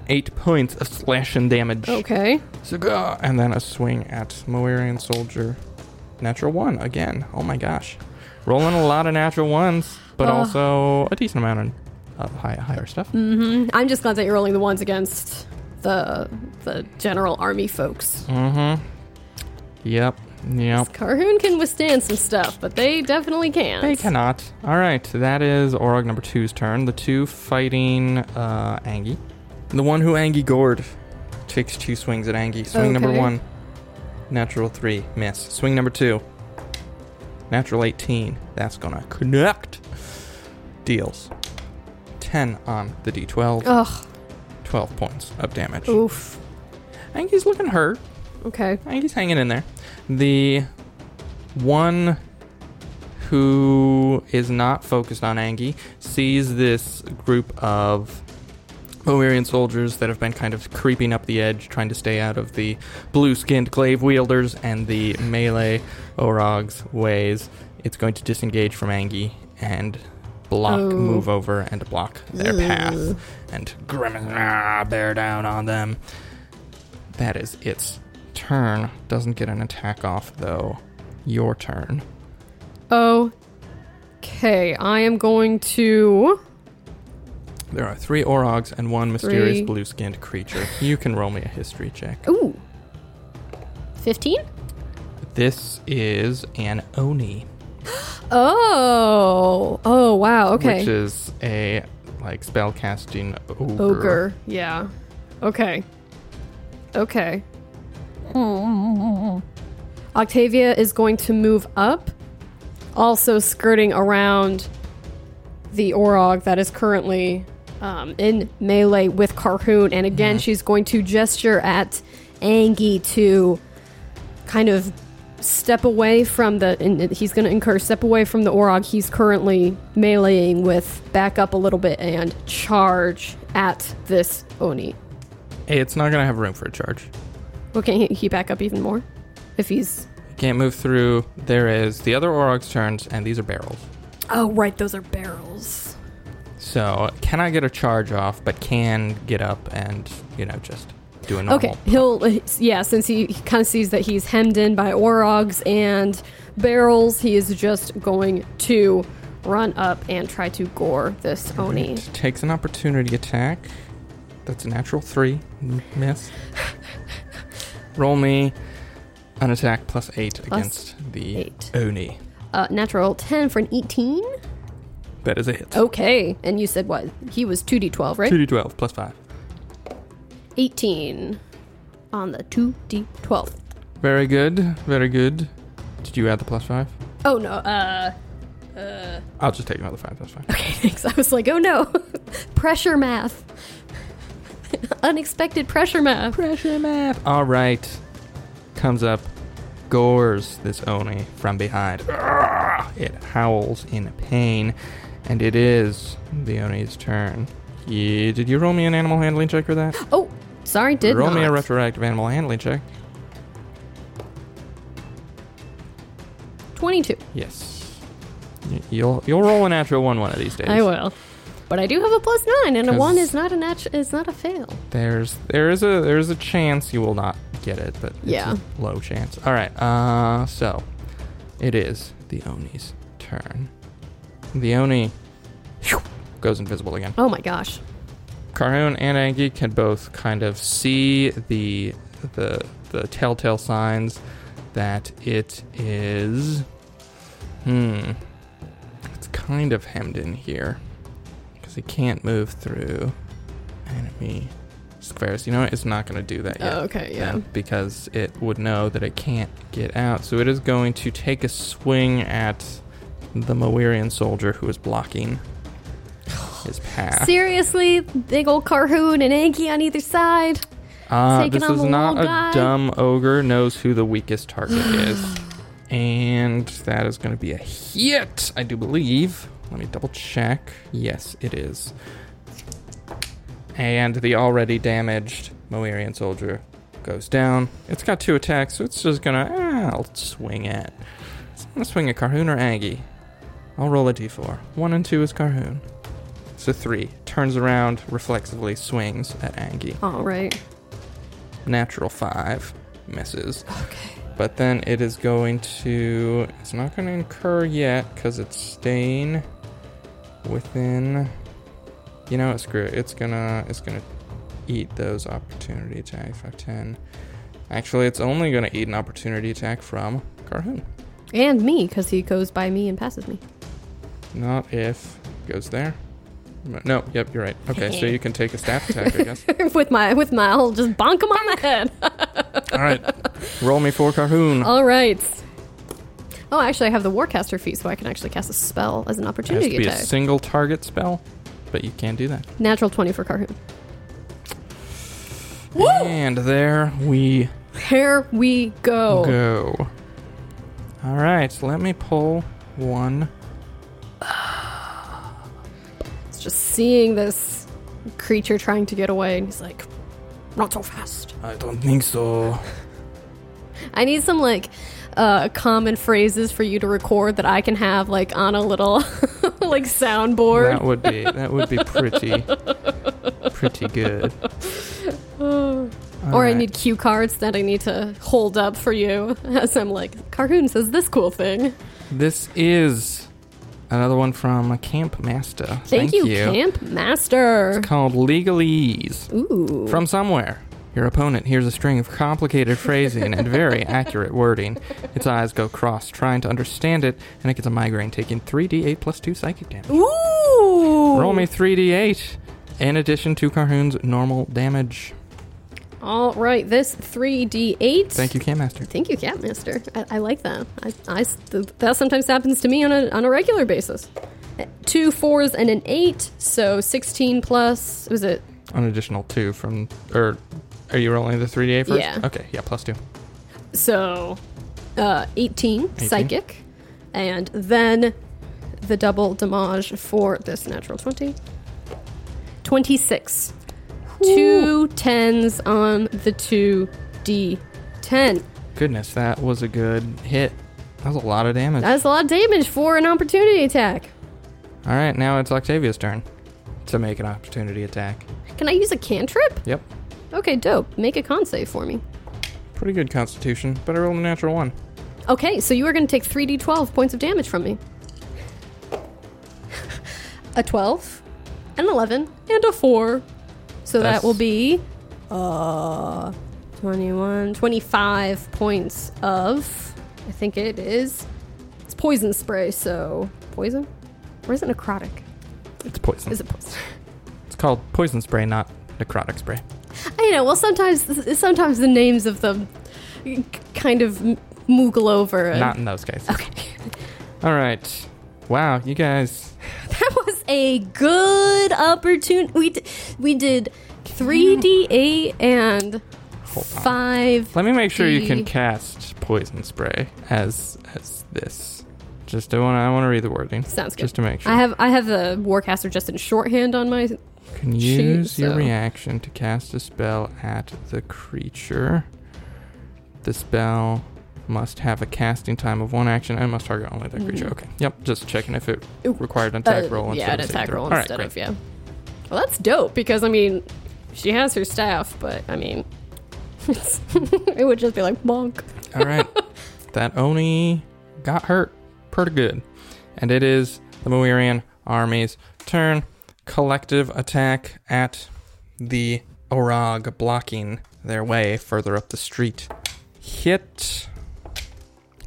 [SPEAKER 1] eight points of slashing damage.
[SPEAKER 2] Okay.
[SPEAKER 1] Cigar! And then a swing at Moirian Soldier. Natural one again. Oh my gosh. Rolling a lot of natural ones, but
[SPEAKER 2] Ugh.
[SPEAKER 1] also a decent amount of high, higher stuff.
[SPEAKER 2] Mm-hmm. I'm just glad that you're rolling the ones against the the general army folks.
[SPEAKER 1] Mm hmm. Yep. Yep.
[SPEAKER 2] Carhoon can withstand some stuff, but they definitely can't.
[SPEAKER 1] They cannot. All right, that is Orog number two's turn. The two fighting uh, Angie. The one who Angie gored takes two swings at Angie. Swing number
[SPEAKER 2] Okay.
[SPEAKER 1] one, natural three, miss. Swing number two, natural 18. That's gonna connect. Deals 10 on the d12,
[SPEAKER 2] Ugh.
[SPEAKER 1] 12 points of damage.
[SPEAKER 2] Oof.
[SPEAKER 1] Angie's looking hurt.
[SPEAKER 2] Okay.
[SPEAKER 1] Angie's hanging in there. The one who is not focused on Angie sees this group of Illyrian soldiers that have been kind of creeping up the edge, trying to stay out of the blue skinned glaive wielders and the melee Orog's ways. It's going to disengage from Angie and block,
[SPEAKER 2] Oh.
[SPEAKER 1] move over and block their path and grimace, "Ah, bear down on them. That is its turn. Doesn't get an attack off though. Your turn.
[SPEAKER 2] Okay, I am going to.
[SPEAKER 1] There are three Orogs and one mysterious
[SPEAKER 2] Three.
[SPEAKER 1] blue skinned creature. You can roll me a history check.
[SPEAKER 2] Ooh. 15?
[SPEAKER 1] This is an Oni,
[SPEAKER 2] Oh. Oh, wow. Okay.
[SPEAKER 1] which is a like spellcasting ogre.
[SPEAKER 2] Ogre. Yeah. Okay. Okay. Octavia is going to move up, also skirting around the Orog that is currently um, in melee with Carhoon. And again, she's going to gesture at Angie to kind of step away from the. And he's going to incur step away from the Orog he's currently meleeing with, back up a little bit, and charge at this Oni.
[SPEAKER 1] Hey, it's not gonna have room for a charge.
[SPEAKER 2] Well, can he- he back up even more? If he's.
[SPEAKER 1] Can't move through. There is the other Orog's turns, and these are barrels.
[SPEAKER 2] Oh, right, those are barrels.
[SPEAKER 1] So cannot get a charge off, but can get up and you know just do a normal.
[SPEAKER 2] Okay, he'll yeah. Since he, he kind of sees that he's hemmed in by orogs and barrels, he is just going to run up and try to gore this oni.
[SPEAKER 1] It takes an opportunity attack. That's a natural three. M- Miss. Roll me an attack plus eight against the
[SPEAKER 2] eight.
[SPEAKER 1] Oni.
[SPEAKER 2] Uh, natural ten for an eighteen.
[SPEAKER 1] That is a
[SPEAKER 2] Oh,
[SPEAKER 1] hit.
[SPEAKER 2] Okay, and you said what? He was two d twelve, right?
[SPEAKER 1] 2d12 plus 5.
[SPEAKER 2] Eighteen on the two d twelve.
[SPEAKER 1] Very good. Very good. Did you add the plus 5?
[SPEAKER 2] Oh no. Uh,
[SPEAKER 1] I'll just take another 5. That's fine.
[SPEAKER 2] okay, thanks. I was like, oh no, pressure math. Unexpected pressure math. Pressure math.
[SPEAKER 1] All right. Comes up, gores this Oni from behind. Ah! It howls in pain, and it is the Oni's turn. Yeah, did you roll me an animal handling check for that?
[SPEAKER 2] Oh, sorry, did
[SPEAKER 1] roll
[SPEAKER 2] not.
[SPEAKER 1] me a retroactive animal handling check.
[SPEAKER 2] Twenty-two.
[SPEAKER 1] Yes. Y- You'll you'll roll a natural one one of these days.
[SPEAKER 2] I will. But I do have a plus nine, and a
[SPEAKER 1] 'Cause-
[SPEAKER 2] one is not a natu- is not a fail.
[SPEAKER 1] There's there is a there is a chance you will not get it, but
[SPEAKER 2] Yeah.
[SPEAKER 1] it's a low chance. All right. Uh, so it is the Oni's turn. The Oni phew, goes invisible again.
[SPEAKER 2] Oh my gosh.
[SPEAKER 1] Carhoon and Angie can both kind of see the the the telltale signs that it is hmm it's kind of hemmed in here because it can't move through enemy squares. You know what? it's not going to do that yet.
[SPEAKER 2] Oh, okay, yeah.
[SPEAKER 1] then, because it would know that it can't get out, so it is going to take a swing at the Moirian soldier who is blocking his path.
[SPEAKER 2] Seriously, big old Carhoon and Anki on either side.
[SPEAKER 1] Uh,
[SPEAKER 2] Taking
[SPEAKER 1] this
[SPEAKER 2] on
[SPEAKER 1] is
[SPEAKER 2] the
[SPEAKER 1] not
[SPEAKER 2] little
[SPEAKER 1] a
[SPEAKER 2] guy.
[SPEAKER 1] dumb ogre knows who the weakest target is. And that is going to be a hit, I do believe. Let me double check. Yes, it is. And the already damaged Moirian soldier goes down. It's got two attacks, so it's just going to ah, I'll swing at. It's going to swing at Carhoon or Aggie. I'll roll a d4. One and two is Carhoon. So three. Turns around, reflexively swings at Aggie
[SPEAKER 2] All right.
[SPEAKER 1] natural five misses
[SPEAKER 2] Okay.
[SPEAKER 1] but then it is going to it's not going to incur yet because it's staying within you know what, screw it it's gonna it's gonna eat those opportunity attacks 5 10 actually it's only gonna eat an opportunity attack from carhoon
[SPEAKER 2] And me, because he goes by me and passes me.
[SPEAKER 1] not if goes there no yep you're right okay so you can take a staff attack i guess
[SPEAKER 2] with my with my, I'll just bonk him on the head.
[SPEAKER 1] all right roll me for carhoon
[SPEAKER 2] All right. Oh, actually, I have the Warcaster feat, so I can actually cast a spell as an
[SPEAKER 1] it has to
[SPEAKER 2] opportunity
[SPEAKER 1] be a
[SPEAKER 2] attack.
[SPEAKER 1] single target spell but you can't do that
[SPEAKER 2] Natural twenty for Carhoon.
[SPEAKER 1] And there we
[SPEAKER 2] Oh. Here we go.
[SPEAKER 1] go. All right, so let me pull one.
[SPEAKER 2] It's just seeing this creature trying to get away, and he's like, not so fast.
[SPEAKER 1] I don't think so.
[SPEAKER 2] I need some like uh, common phrases for you to record that I can have like on a little like soundboard.
[SPEAKER 1] That would be that would be pretty pretty good.
[SPEAKER 2] or I
[SPEAKER 1] Alright.
[SPEAKER 2] need cue cards that I need to hold up for you as I'm like, Carhoon says this cool thing.
[SPEAKER 1] This is another one from Camp Master.
[SPEAKER 2] Thank, you, Camp Master.
[SPEAKER 1] Called Legalese.
[SPEAKER 2] Ooh.
[SPEAKER 1] From somewhere. Your opponent hears a string of complicated phrasing and very accurate wording. Its eyes go cross trying to understand it, and it gets a migraine taking 3d8 plus 2 psychic damage.
[SPEAKER 2] Ooh.
[SPEAKER 1] Roll me 3d8 in addition to Carhoon's normal damage.
[SPEAKER 2] All right, this 3d8.
[SPEAKER 1] Thank you, Camp Master.
[SPEAKER 2] Thank you, Cat Master. I, I like that. I, I s- th- that sometimes happens to me on a, on a regular basis. Uh, Two fours and an eight, so 16 plus, was it?
[SPEAKER 1] An additional 2 from. Or are you rolling the 3d8 first?
[SPEAKER 2] Yeah.
[SPEAKER 1] Okay, yeah, plus 2.
[SPEAKER 2] So uh, 18, psychic. And then the double damage for this natural 20. 26. Two tens on the 2d10.
[SPEAKER 1] Goodness, that was a good hit. That was a lot of damage.
[SPEAKER 2] That's a lot of damage for an opportunity attack.
[SPEAKER 1] All right, now it's Octavia's turn to make an opportunity attack.
[SPEAKER 2] Can I use a cantrip?
[SPEAKER 1] Yep.
[SPEAKER 2] Okay, dope. Make a con save for me.
[SPEAKER 1] Pretty good constitution, but I rolled a natural one.
[SPEAKER 2] Okay, so you are going to take 3d12 points of damage from me. a 12, an 11, and a 4. So
[SPEAKER 1] That's-
[SPEAKER 2] that will be uh 21, 25 points of I think it is it's poison spray, so poison? Or is it necrotic?
[SPEAKER 1] It's poison.
[SPEAKER 2] Is it poison?
[SPEAKER 1] It's called poison spray, not necrotic spray.
[SPEAKER 2] I know. Well, sometimes sometimes the names of them kind of m- moogle over. and-
[SPEAKER 1] Not in those cases.
[SPEAKER 2] okay.
[SPEAKER 1] All right. Wow, you guys.
[SPEAKER 2] That was a good opportunity. We d- we did three d eight and
[SPEAKER 1] on.
[SPEAKER 2] five.
[SPEAKER 1] Let me make sure you
[SPEAKER 2] D.
[SPEAKER 1] can cast poison spray as as this. Just I want to I want to read the wording.
[SPEAKER 2] Sounds good.
[SPEAKER 1] Just to make sure.
[SPEAKER 2] I have I have the warcaster just in shorthand on my. uh,
[SPEAKER 1] Can
[SPEAKER 2] Shoot,
[SPEAKER 1] use your
[SPEAKER 2] so-
[SPEAKER 1] reaction to cast a spell at the creature. The spell must have a casting time of one action and must target only that creature. Okay. Yep. Just checking if it
[SPEAKER 2] Mm. Ooh.
[SPEAKER 1] required an attack
[SPEAKER 2] uh,
[SPEAKER 1] roll instead
[SPEAKER 2] yeah, an
[SPEAKER 1] of save
[SPEAKER 2] attack
[SPEAKER 1] throw.
[SPEAKER 2] roll
[SPEAKER 1] All right,
[SPEAKER 2] instead
[SPEAKER 1] great.
[SPEAKER 2] of yeah. Well, that's dope because I mean, she has her staff, but I mean, it's, it would just be like bonk.
[SPEAKER 1] All right. That Oni got hurt pretty good. And it is the Muirian army's turn. Collective attack at the Orag, blocking their way further up the street. Hit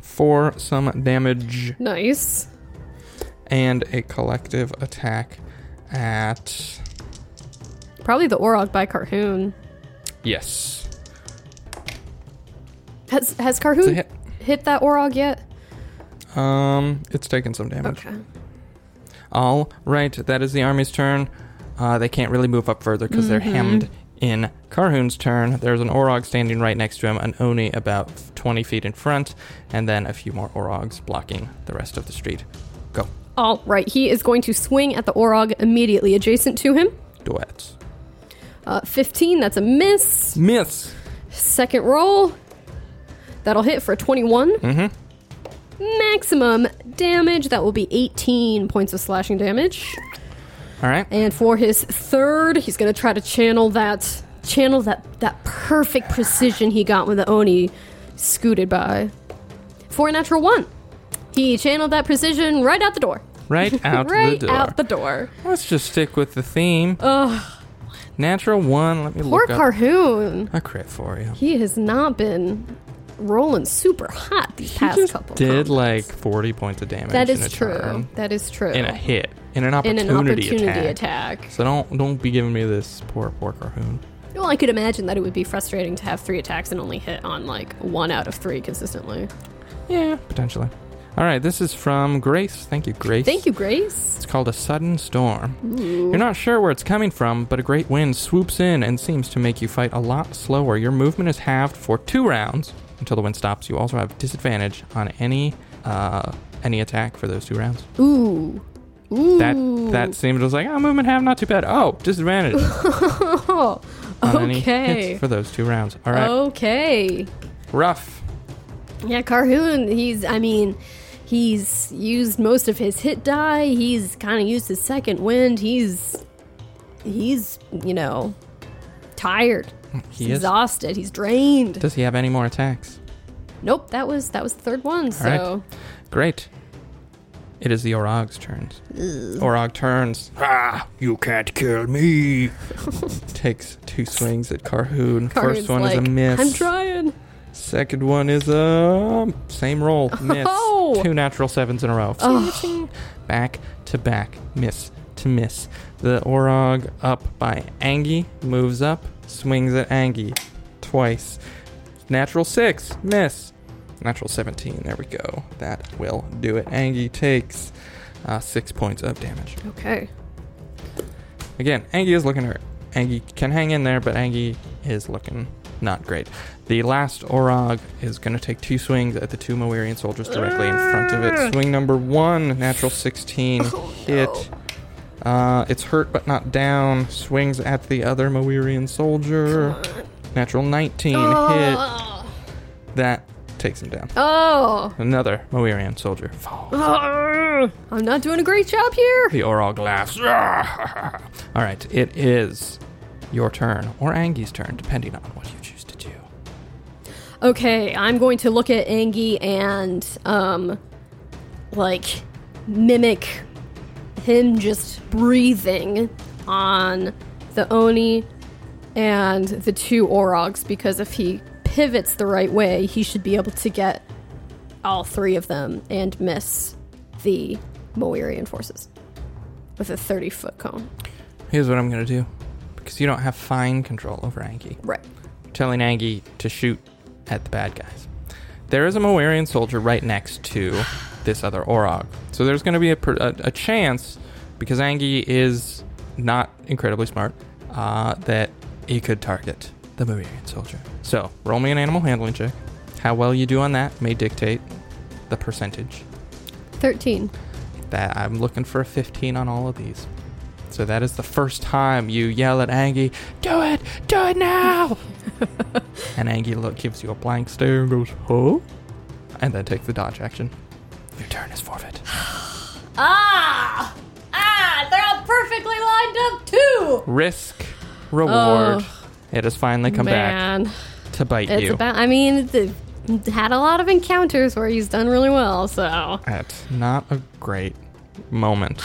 [SPEAKER 1] for some damage
[SPEAKER 2] Nice.
[SPEAKER 1] and a collective attack at.
[SPEAKER 2] Probably the Orog by Carhoon.
[SPEAKER 1] Yes.
[SPEAKER 2] Has has
[SPEAKER 1] It's a
[SPEAKER 2] Carhoon
[SPEAKER 1] hit.
[SPEAKER 2] hit that Orog yet?
[SPEAKER 1] Um, it's taken some damage.
[SPEAKER 2] Okay.
[SPEAKER 1] All right, that is the army's turn. Uh, they can't really move up further because
[SPEAKER 2] Mm-hmm.
[SPEAKER 1] they're hemmed in. Carhoon's turn. There's an Orog standing right next to him, an Oni about 20 feet in front, and then a few more Orogs blocking the rest of the street. Go.
[SPEAKER 2] All right, he is going to swing at the Orog immediately adjacent to him.
[SPEAKER 1] Duets.
[SPEAKER 2] Uh, 15, that's a miss.
[SPEAKER 1] Miss.
[SPEAKER 2] Second roll, that'll hit for 21.
[SPEAKER 1] Mm-hmm.
[SPEAKER 2] Maximum damage, that will be 18 points of slashing damage.
[SPEAKER 1] All right.
[SPEAKER 2] And for his third, he's going to try to channel that channel that that perfect precision he got when the Oni scooted by. For a natural one, he channeled that precision right out the door.
[SPEAKER 1] Right out
[SPEAKER 2] right
[SPEAKER 1] the door.
[SPEAKER 2] out the door.
[SPEAKER 1] Let's just stick with the theme. Ugh. Natural one. Let me
[SPEAKER 2] Poor
[SPEAKER 1] look up
[SPEAKER 2] Carhoon.
[SPEAKER 1] a crit for you.
[SPEAKER 2] He has not been rolling super hot these past
[SPEAKER 1] He just
[SPEAKER 2] couple.
[SPEAKER 1] did
[SPEAKER 2] combats.
[SPEAKER 1] like 40 points of damage.
[SPEAKER 2] that
[SPEAKER 1] in
[SPEAKER 2] is
[SPEAKER 1] a
[SPEAKER 2] true.
[SPEAKER 1] turn.
[SPEAKER 2] That is true.
[SPEAKER 1] In a hit. In an
[SPEAKER 2] In
[SPEAKER 1] opportunity,
[SPEAKER 2] an opportunity
[SPEAKER 1] attack.
[SPEAKER 2] attack.
[SPEAKER 1] So don't don't be giving me this poor poor Carhoon.
[SPEAKER 2] Well, I could imagine that it would be frustrating to have three attacks and only hit on like one out of three consistently.
[SPEAKER 1] Yeah, potentially. All right, this is from Grace. Thank you, Grace.
[SPEAKER 2] Thank you, Grace.
[SPEAKER 1] It's called a sudden storm. You're not sure where it's coming from, but a great wind swoops in and seems to make you fight a lot slower. Your movement is halved for two rounds, until the wind stops. You also have disadvantage on any uh, any attack for those two rounds.
[SPEAKER 2] Ooh. Ooh.
[SPEAKER 1] That that seemed just like oh, movement half, not too bad. Oh, disadvantage
[SPEAKER 2] Oh,
[SPEAKER 1] on any
[SPEAKER 2] okay. Oh.
[SPEAKER 1] hits for those two rounds. All right,
[SPEAKER 2] Okay.
[SPEAKER 1] rough.
[SPEAKER 2] Yeah, Carhoon, he's, I mean, he's used most of his hit die. He's kind of used his second wind. He's, he's, you know, tired.
[SPEAKER 1] He
[SPEAKER 2] he's
[SPEAKER 1] is.
[SPEAKER 2] exhausted. He's drained.
[SPEAKER 1] Does he have any more attacks?
[SPEAKER 2] Nope, that was that was the third one.
[SPEAKER 1] All right.
[SPEAKER 2] So
[SPEAKER 1] Great. It is the Orog's turns. Orog turns. Ah, you can't kill me. Takes two swings at Carhoon.
[SPEAKER 2] Carhoon's
[SPEAKER 1] First one
[SPEAKER 2] like,
[SPEAKER 1] is a miss.
[SPEAKER 2] I'm trying.
[SPEAKER 1] Second one is a same roll. Miss.
[SPEAKER 2] Oh.
[SPEAKER 1] Two natural sevens in a row. Back to back. Miss to miss. The Orog up by Angie moves up, swings at Angie twice. Natural six. Miss. Natural 17. There we go. That will do it. Angie takes uh, six points of damage.
[SPEAKER 2] Okay.
[SPEAKER 1] Again, Angie is looking hurt. Angie can hang in there, but Angie is looking not great. The last Orog is going to take two swings at the two Moirian soldiers directly in front of it. Swing number one, natural 16 hit. Uh, it's hurt but not down. Swings at the other Moirian soldier. Natural 19
[SPEAKER 2] Oh.
[SPEAKER 1] hit. That takes him down.
[SPEAKER 2] Oh.
[SPEAKER 1] Another Moirian soldier falls.
[SPEAKER 2] Oh. I'm not doing a great job here.
[SPEAKER 1] The Orog laughs. All right, it is your turn or Angie's turn, depending on what you choose to do.
[SPEAKER 2] Okay, I'm going to look at Angie and um like mimic him just breathing on the Oni and the two Orogs because if he pivots the right way, he should be able to get all three of them and miss the Moirian forces with a 30 foot cone.
[SPEAKER 1] Here's what I'm going to do because you don't have fine control over Angie.
[SPEAKER 2] Right.
[SPEAKER 1] I'm telling Angie to shoot at the bad guys. There is a Moarian soldier right next to this other Orog. So there's going to be a, per- a, a chance because Angie is not incredibly smart uh, that he could target the Moarian soldier. So roll me an animal handling check. How well you do on that may dictate the percentage
[SPEAKER 2] 13.
[SPEAKER 1] that I'm looking for a 15 on all of these. So that is the first time you yell at Angie, "Do it! Do it now!" and Angie look gives you a blank stare and goes, "Huh?" and then takes the dodge action. Your turn is forfeit.
[SPEAKER 2] Ah! Ah! They're all perfectly lined up too!
[SPEAKER 1] Risk, reward. it has finally come
[SPEAKER 2] Man.
[SPEAKER 1] back to bite
[SPEAKER 2] It's
[SPEAKER 1] you.
[SPEAKER 2] about. I mean, th- had a lot of encounters where he's done really well. So
[SPEAKER 1] That's not a great moment.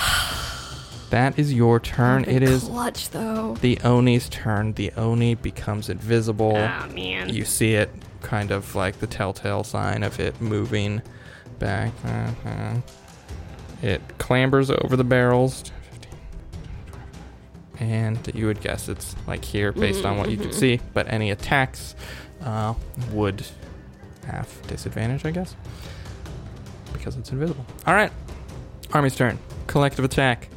[SPEAKER 1] That is your turn. It is
[SPEAKER 2] clutch though.
[SPEAKER 1] the Oni's turn. The Oni becomes invisible.
[SPEAKER 2] Ah man.
[SPEAKER 1] you see it kind of like the telltale sign of it moving back. Uh-huh. It clambers over the barrels. And you would guess it's like here based on what you could see, but any attacks uh, would have disadvantage, I guess, because it's invisible. All right, Army's turn. Collective attack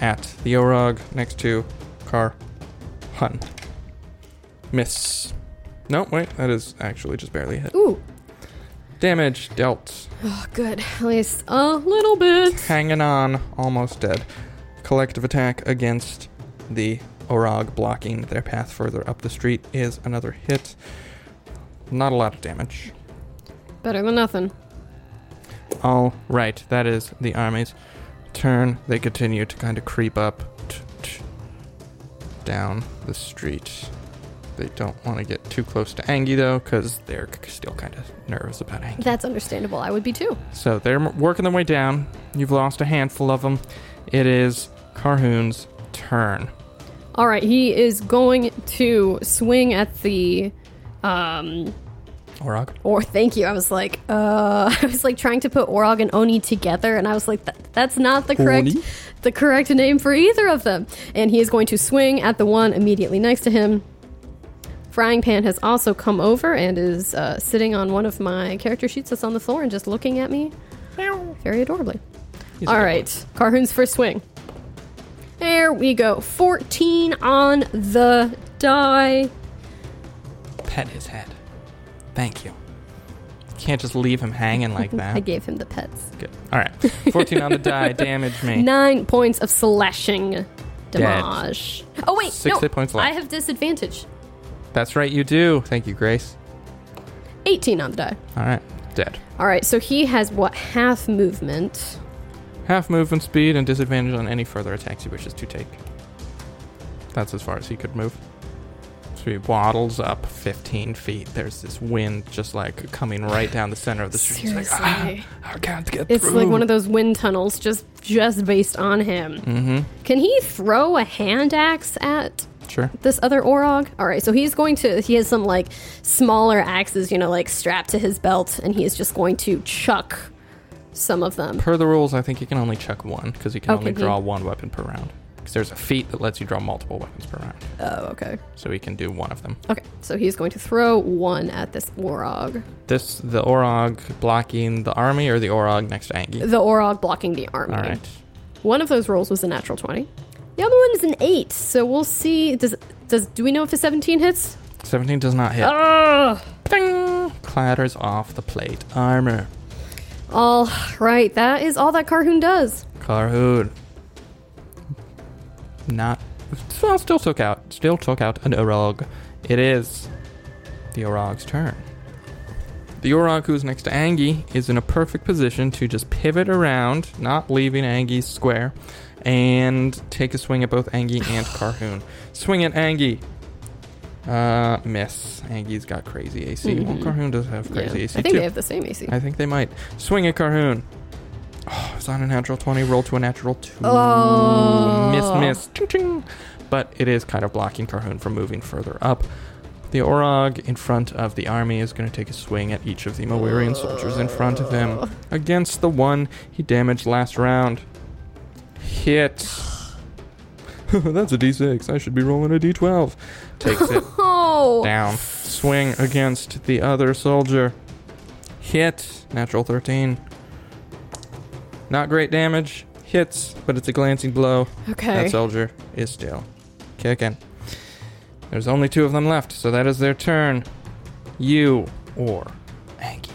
[SPEAKER 1] at the Orog next to Car Hun. Miss. No, wait, that is actually just barely hit.
[SPEAKER 2] Ooh.
[SPEAKER 1] Damage dealt.
[SPEAKER 2] Oh, good. At least a little bit.
[SPEAKER 1] Hanging on, almost dead. Collective attack against the Orog blocking their path further up the street is another hit. Not a lot of damage.
[SPEAKER 2] Better than nothing.
[SPEAKER 1] All right, that is the army's turn. They continue to kind of creep up t- t- down the street. They don't want to get too close to Angie though, because they're c- still kind of nervous about Angie.
[SPEAKER 2] That's understandable. I would be too.
[SPEAKER 1] So they're m- working their way down. You've lost a handful of them. It is Carhoon's turn.
[SPEAKER 2] All right. He is going to swing at the. Um.
[SPEAKER 1] Orog.
[SPEAKER 2] Or thank you. I was like, uh, I was like trying to put Orog and Oni together, and I was like, that, that's not the correct,
[SPEAKER 1] Oni?
[SPEAKER 2] the correct name for either of them. And he is going to swing at the one immediately next to him. Frying Pan has also come over and is uh, sitting on one of my character sheets that's on the floor and just looking at me very adorably.
[SPEAKER 1] a
[SPEAKER 2] All
[SPEAKER 1] good
[SPEAKER 2] right, Carhoon's first swing. There we go. 14 on the die.
[SPEAKER 1] Pet his head. Thank you. can't just leave him hanging like
[SPEAKER 2] I
[SPEAKER 1] that.
[SPEAKER 2] gave him the pets.
[SPEAKER 1] Good. All right. 14 on the die. Damage me.
[SPEAKER 2] Nine points of slashing damage. Oh wait,
[SPEAKER 1] Six
[SPEAKER 2] no,
[SPEAKER 1] hit points left.
[SPEAKER 2] I have disadvantage.
[SPEAKER 1] That's right, you do. Thank you, Grace.
[SPEAKER 2] 18 on the die.
[SPEAKER 1] All right. Dead.
[SPEAKER 2] All right, so he has what half movement.
[SPEAKER 1] Half movement speed and disadvantage on any further attacks he wishes to take. That's as far as he could move. So he waddles up 15 feet. There's this wind just like coming right down the center of the street. He's like, ah,
[SPEAKER 2] Seriously.
[SPEAKER 1] I can't get
[SPEAKER 2] It's
[SPEAKER 1] through.
[SPEAKER 2] like one of those wind tunnels just just based on him. Mm-hmm. Can he throw a hand axe at
[SPEAKER 1] Sure.
[SPEAKER 2] this other Orog? All right, so he's going to he has some like smaller axes, you know, like strapped to his belt and he is just going to chuck some of them.
[SPEAKER 1] Per the rules, I think you can only chuck one because you can
[SPEAKER 2] Okay,
[SPEAKER 1] only
[SPEAKER 2] he-
[SPEAKER 1] draw one weapon per round. Because there's a feat that lets you draw multiple weapons per round.
[SPEAKER 2] Oh, okay.
[SPEAKER 1] So he can do one of them.
[SPEAKER 2] Okay, so he's going to throw one at this Orog.
[SPEAKER 1] This, the Orog blocking the army or the Orog next to Angie?
[SPEAKER 2] The Orog blocking the army.
[SPEAKER 1] All right.
[SPEAKER 2] One of those rolls was a natural 20. The other one is an 8, so we'll see does does do we know if a 17 hits?
[SPEAKER 1] 17 does not
[SPEAKER 2] Oh.
[SPEAKER 1] hit. Ah!
[SPEAKER 2] Ugh.
[SPEAKER 1] Ding! Clatters off the plate armor.
[SPEAKER 2] All right, that is all that Carhoon does.
[SPEAKER 1] Carhood. Not. Well, still took out. Still took out an Orog. It is the Orog's turn. The Orog who's next to Angie is in a perfect position to just pivot around, not leaving Angie's square, and take a swing at both Angie and Carhoon. Swing at Angie. Uh, miss. Angie's got crazy AC. Well, Carhoon does have
[SPEAKER 2] Mm-hmm.
[SPEAKER 1] crazy
[SPEAKER 2] Yeah.
[SPEAKER 1] AC
[SPEAKER 2] I think
[SPEAKER 1] too.
[SPEAKER 2] they have the same AC.
[SPEAKER 1] I think they might. Swing at Carhoon. Oh, it's on a natural 20. Roll to a natural 2.
[SPEAKER 2] Oh.
[SPEAKER 1] Miss, miss. Ching, ching. But it is kind of blocking Carhoon from moving further up. The Orog in front of the army is going to take a swing at each of the Mawirian soldiers in front of him. Against the one he damaged last round. Hit. That's a d6. I should be rolling a d12. Takes it
[SPEAKER 2] Oh,
[SPEAKER 1] down. Swing against the other soldier. Hit. Natural 13. Not great damage. Hits, but it's a glancing blow.
[SPEAKER 2] okay.
[SPEAKER 1] That soldier is still kicking. There's only two of them left, so that is their turn. You or Angie.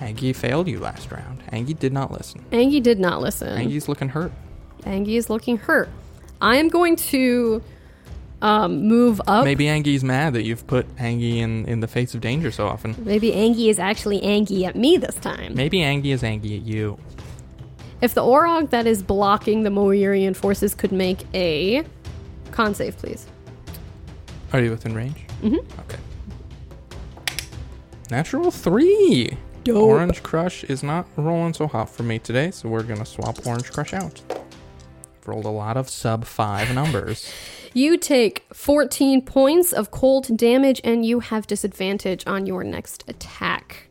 [SPEAKER 1] Angie failed you last round. Angie did not listen.
[SPEAKER 2] Angie did not listen. Angie.
[SPEAKER 1] Angie's looking hurt.
[SPEAKER 2] is looking hurt. I am going to um, move up.
[SPEAKER 1] Maybe Angie's mad that you've put Angie in, in the face of danger so often.
[SPEAKER 2] Maybe Angie is actually Angie at me this time.
[SPEAKER 1] Maybe Angie is Angie at you.
[SPEAKER 2] If the Orog that is blocking the Moirian forces could make a con save, please.
[SPEAKER 1] Are you within range? Mm-hmm. Okay. Natural three.
[SPEAKER 2] Dope.
[SPEAKER 1] Orange Crush is not rolling so hot for me today, so we're gonna swap Orange Crush out. Rolled a lot of sub five numbers.
[SPEAKER 2] You take 14 points of cold damage and you have disadvantage on your next attack.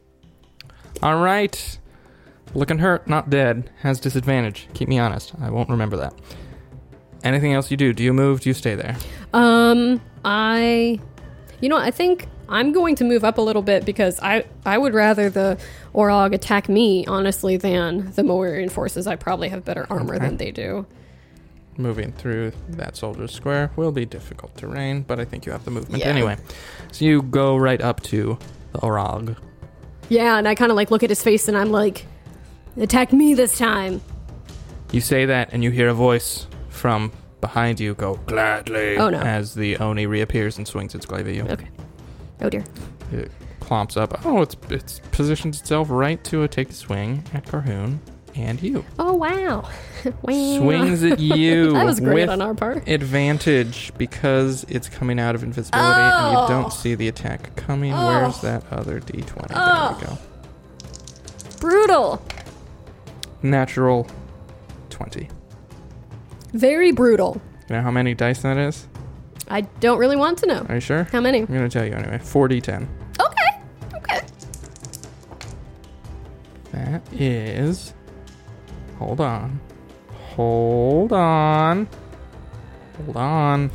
[SPEAKER 1] All right. Looking hurt, not dead. Has disadvantage. Keep me honest. I won't remember that. Anything else you do? Do you move? Do you stay there?
[SPEAKER 2] Um, I, you know, I think I'm going to move up a little bit because I I would rather the Orog attack me honestly than the Moirian forces. I probably have better armor
[SPEAKER 1] Okay.
[SPEAKER 2] than they do.
[SPEAKER 1] Moving through that soldier's square will be difficult terrain, but I think you have the movement
[SPEAKER 2] Yeah.
[SPEAKER 1] anyway. So you go right up to the Orog.
[SPEAKER 2] Yeah, and I kind of like look at his face and I'm like, attack me this time.
[SPEAKER 1] You say that, and you hear a voice from behind you go gladly.
[SPEAKER 2] Oh, no.
[SPEAKER 1] As the oni reappears and swings its glaive at you,
[SPEAKER 2] Okay. Oh dear.
[SPEAKER 1] it clomps up. Oh, it's it's positions itself right to take a swing at Carhoon and you.
[SPEAKER 2] Oh wow. wow.
[SPEAKER 1] Swings at you.
[SPEAKER 2] That was great
[SPEAKER 1] with
[SPEAKER 2] on our part.
[SPEAKER 1] Advantage because it's coming out of invisibility and you
[SPEAKER 2] Oh.
[SPEAKER 1] don't see the attack coming.
[SPEAKER 2] Oh.
[SPEAKER 1] Where's that other d20?
[SPEAKER 2] Oh.
[SPEAKER 1] There we go.
[SPEAKER 2] Brutal.
[SPEAKER 1] Natural 20.
[SPEAKER 2] Very brutal.
[SPEAKER 1] You know how many dice that is?
[SPEAKER 2] I don't really want to know.
[SPEAKER 1] Are you sure?
[SPEAKER 2] How many?
[SPEAKER 1] I'm going to tell you anyway. 4d10.
[SPEAKER 2] Okay. Okay.
[SPEAKER 1] That is. Hold on. Hold on. Hold on.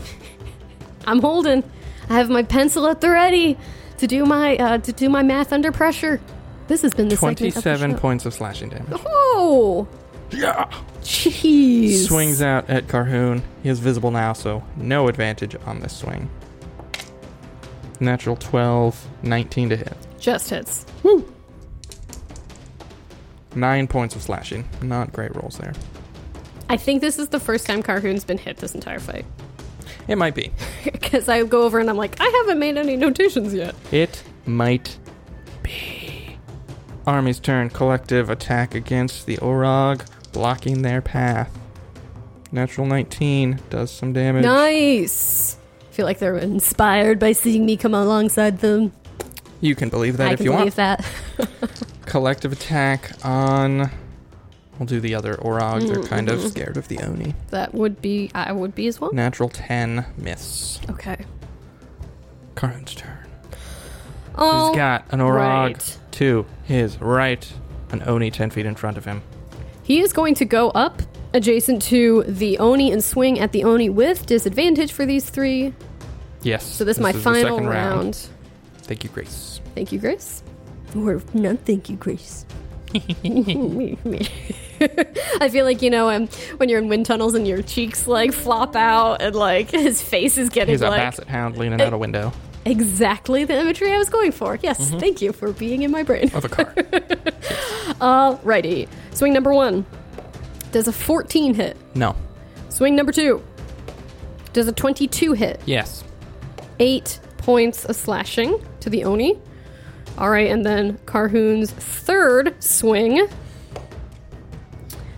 [SPEAKER 2] I'm holding. I have my pencil at the ready to do my uh, to do my math under pressure. This has been the segment of the
[SPEAKER 1] 27
[SPEAKER 2] show.
[SPEAKER 1] points of slashing damage.
[SPEAKER 2] Oh,
[SPEAKER 1] Yeah!
[SPEAKER 2] jeez!
[SPEAKER 1] Swings out at Carhoon. He is visible now, so no advantage on this swing. Natural 12, 19 to hit.
[SPEAKER 2] just hits.
[SPEAKER 1] Nine points of slashing. Not great rolls there.
[SPEAKER 2] I think this is the first time Carhoon's been hit this entire fight.
[SPEAKER 1] It might be.
[SPEAKER 2] Because I go over and I'm like, I haven't made any notations yet.
[SPEAKER 1] It might be. Army's turn. Collective attack against the Orog, blocking their path. Natural 19 does some damage.
[SPEAKER 2] Nice. I feel like they're inspired by seeing me come alongside them.
[SPEAKER 1] You can believe that
[SPEAKER 2] I
[SPEAKER 1] if
[SPEAKER 2] can
[SPEAKER 1] you
[SPEAKER 2] believe
[SPEAKER 1] want.
[SPEAKER 2] that.
[SPEAKER 1] Collective attack on. We'll do the other Orog.
[SPEAKER 2] Mm.
[SPEAKER 1] They're kind
[SPEAKER 2] Mm-hmm.
[SPEAKER 1] of scared of the Oni.
[SPEAKER 2] That would be, I would be as well.
[SPEAKER 1] Natural 10 miss.
[SPEAKER 2] Okay.
[SPEAKER 1] Karn's turn.
[SPEAKER 2] Oh,
[SPEAKER 1] He's got an Orog
[SPEAKER 2] right.
[SPEAKER 1] to his right, an Oni 10 feet in front of him.
[SPEAKER 2] he is going to go up adjacent to the Oni and swing at the Oni with disadvantage for these three.
[SPEAKER 1] Yes.
[SPEAKER 2] So this, is my
[SPEAKER 1] is the
[SPEAKER 2] final
[SPEAKER 1] second
[SPEAKER 2] round.
[SPEAKER 1] Thank you, Grace.
[SPEAKER 2] Thank you, Grace. Or no, thank you, Grace. I feel like you know um, when you're in wind tunnels and your cheeks like flop out and like his face is getting
[SPEAKER 1] He's a
[SPEAKER 2] like
[SPEAKER 1] basset hound leaning out a window
[SPEAKER 2] exactly the imagery I was going for. Yes, thank you for being in my brain.
[SPEAKER 1] of a car.
[SPEAKER 2] Alrighty, swing number one does a 14 hit.
[SPEAKER 1] no.
[SPEAKER 2] Swing number two does a 22 hit.
[SPEAKER 1] Yes.
[SPEAKER 2] Eight points of slashing to the Oni. All right, and then Carhoon's third swing.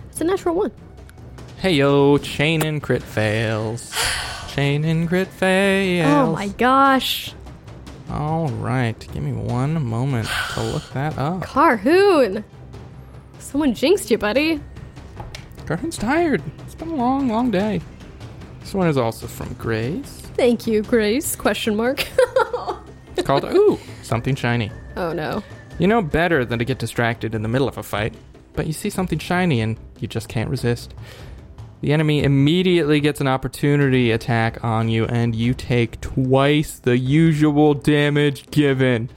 [SPEAKER 2] It's a natural one.
[SPEAKER 1] Hey yo, chain and crit fails. chain and crit fails.
[SPEAKER 2] Oh my gosh.
[SPEAKER 1] All right, give me one moment to look that up.
[SPEAKER 2] Carhoon! Someone jinxed you, buddy.
[SPEAKER 1] Garden's tired. It's been a long, long day. This one is also from Grace.
[SPEAKER 2] Thank you, Grace. Question mark.
[SPEAKER 1] It's called Ooh, something shiny.
[SPEAKER 2] oh no.
[SPEAKER 1] You know better than to get distracted in the middle of a fight, but you see something shiny and you just can't resist. The enemy immediately gets an opportunity attack on you, and you take twice the usual damage given.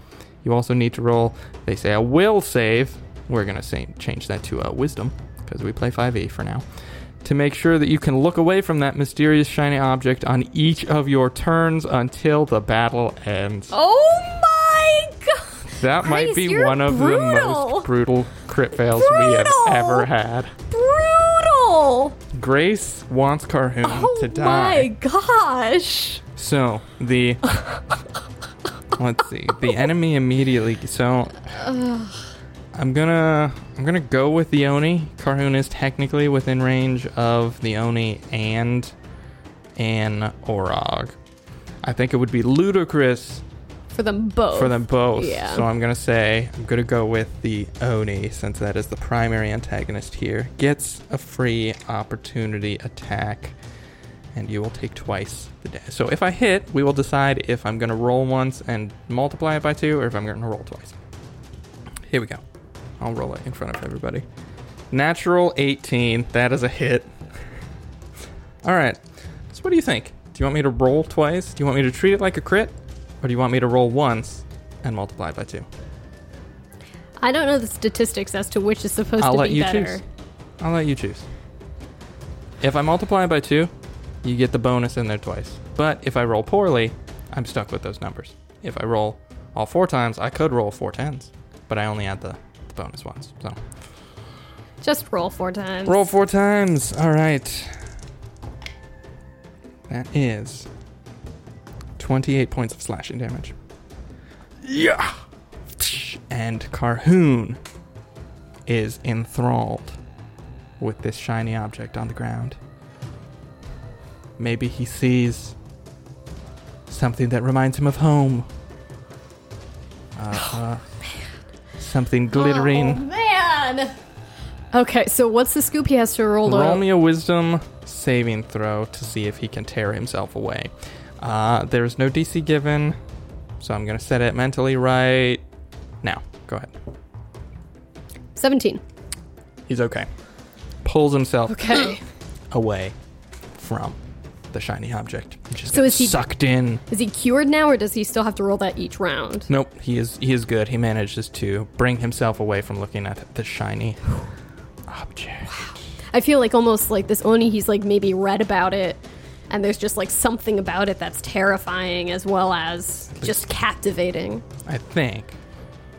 [SPEAKER 1] You also need to roll, they say, a will save. We're going to say change that to a wisdom, because we play 5e for now. To make sure that you can look away from that mysterious shiny object on each of your turns until the battle ends.
[SPEAKER 2] Oh my god!
[SPEAKER 1] That might
[SPEAKER 2] Grace,
[SPEAKER 1] be
[SPEAKER 2] you're
[SPEAKER 1] one of the
[SPEAKER 2] brutal.
[SPEAKER 1] most brutal crit fails we have
[SPEAKER 2] Brutal.
[SPEAKER 1] ever had.
[SPEAKER 2] Brutal!
[SPEAKER 1] Grace wants Carhoon
[SPEAKER 2] Oh
[SPEAKER 1] to
[SPEAKER 2] my
[SPEAKER 1] die.
[SPEAKER 2] gosh!
[SPEAKER 1] So the let's see. The enemy immediately. So I'm gonna I'm gonna go with the Oni. Carhoon is technically within range of the Oni and an Orog. I think it would be ludicrous
[SPEAKER 2] For them both.
[SPEAKER 1] for them both.
[SPEAKER 2] Yeah.
[SPEAKER 1] So I'm gonna say I'm gonna go with the Oni since that is the primary antagonist here. Gets a free opportunity attack, and you will take twice the damage. So if I hit, we will decide if I'm gonna roll once and multiply it by two, or if I'm gonna roll twice. Here we go. I'll roll it in front of everybody. Natural 18. That is a hit. All right. So what do you think? Do you want me to roll twice? Do you want me to treat it like a crit? Or do you want me to roll once and multiply by two?
[SPEAKER 2] I don't know the statistics as to which is supposed
[SPEAKER 1] I'll
[SPEAKER 2] to
[SPEAKER 1] let
[SPEAKER 2] be
[SPEAKER 1] you
[SPEAKER 2] better.
[SPEAKER 1] choose. I'll let you choose. If I multiply by two, you get the bonus in there twice. But if I roll poorly, I'm stuck with those numbers. If I roll all four times, I could roll four tens, but I only add the, the bonus ones. So
[SPEAKER 2] Just roll four times.
[SPEAKER 1] roll four times. All right. That is 28 points of slashing damage. Yeah. And Carhoon is enthralled with this shiny object on the ground. Maybe he sees something that reminds him of home. Uh, uh, something glittering.
[SPEAKER 2] Oh, man. Okay, so what's the scoop he has to roll? to-
[SPEAKER 1] Roll me a wisdom saving throw to see if he can tear himself away. Uh, there is no DC given, so I'm going to set it mentally right now. Go ahead.
[SPEAKER 2] 17.
[SPEAKER 1] He's okay. Pulls himself
[SPEAKER 2] Okay.
[SPEAKER 1] away from the shiny object. He just
[SPEAKER 2] So
[SPEAKER 1] gets
[SPEAKER 2] is he-
[SPEAKER 1] sucked in.
[SPEAKER 2] is he cured now or does he still have to roll that each round?
[SPEAKER 1] Nope, he is he is good. He manages to bring himself away from looking at the shiny object.
[SPEAKER 2] I feel like almost like this Oni, he's like maybe read about it and there's just like something about it that's terrifying as well as just captivating.
[SPEAKER 1] I think.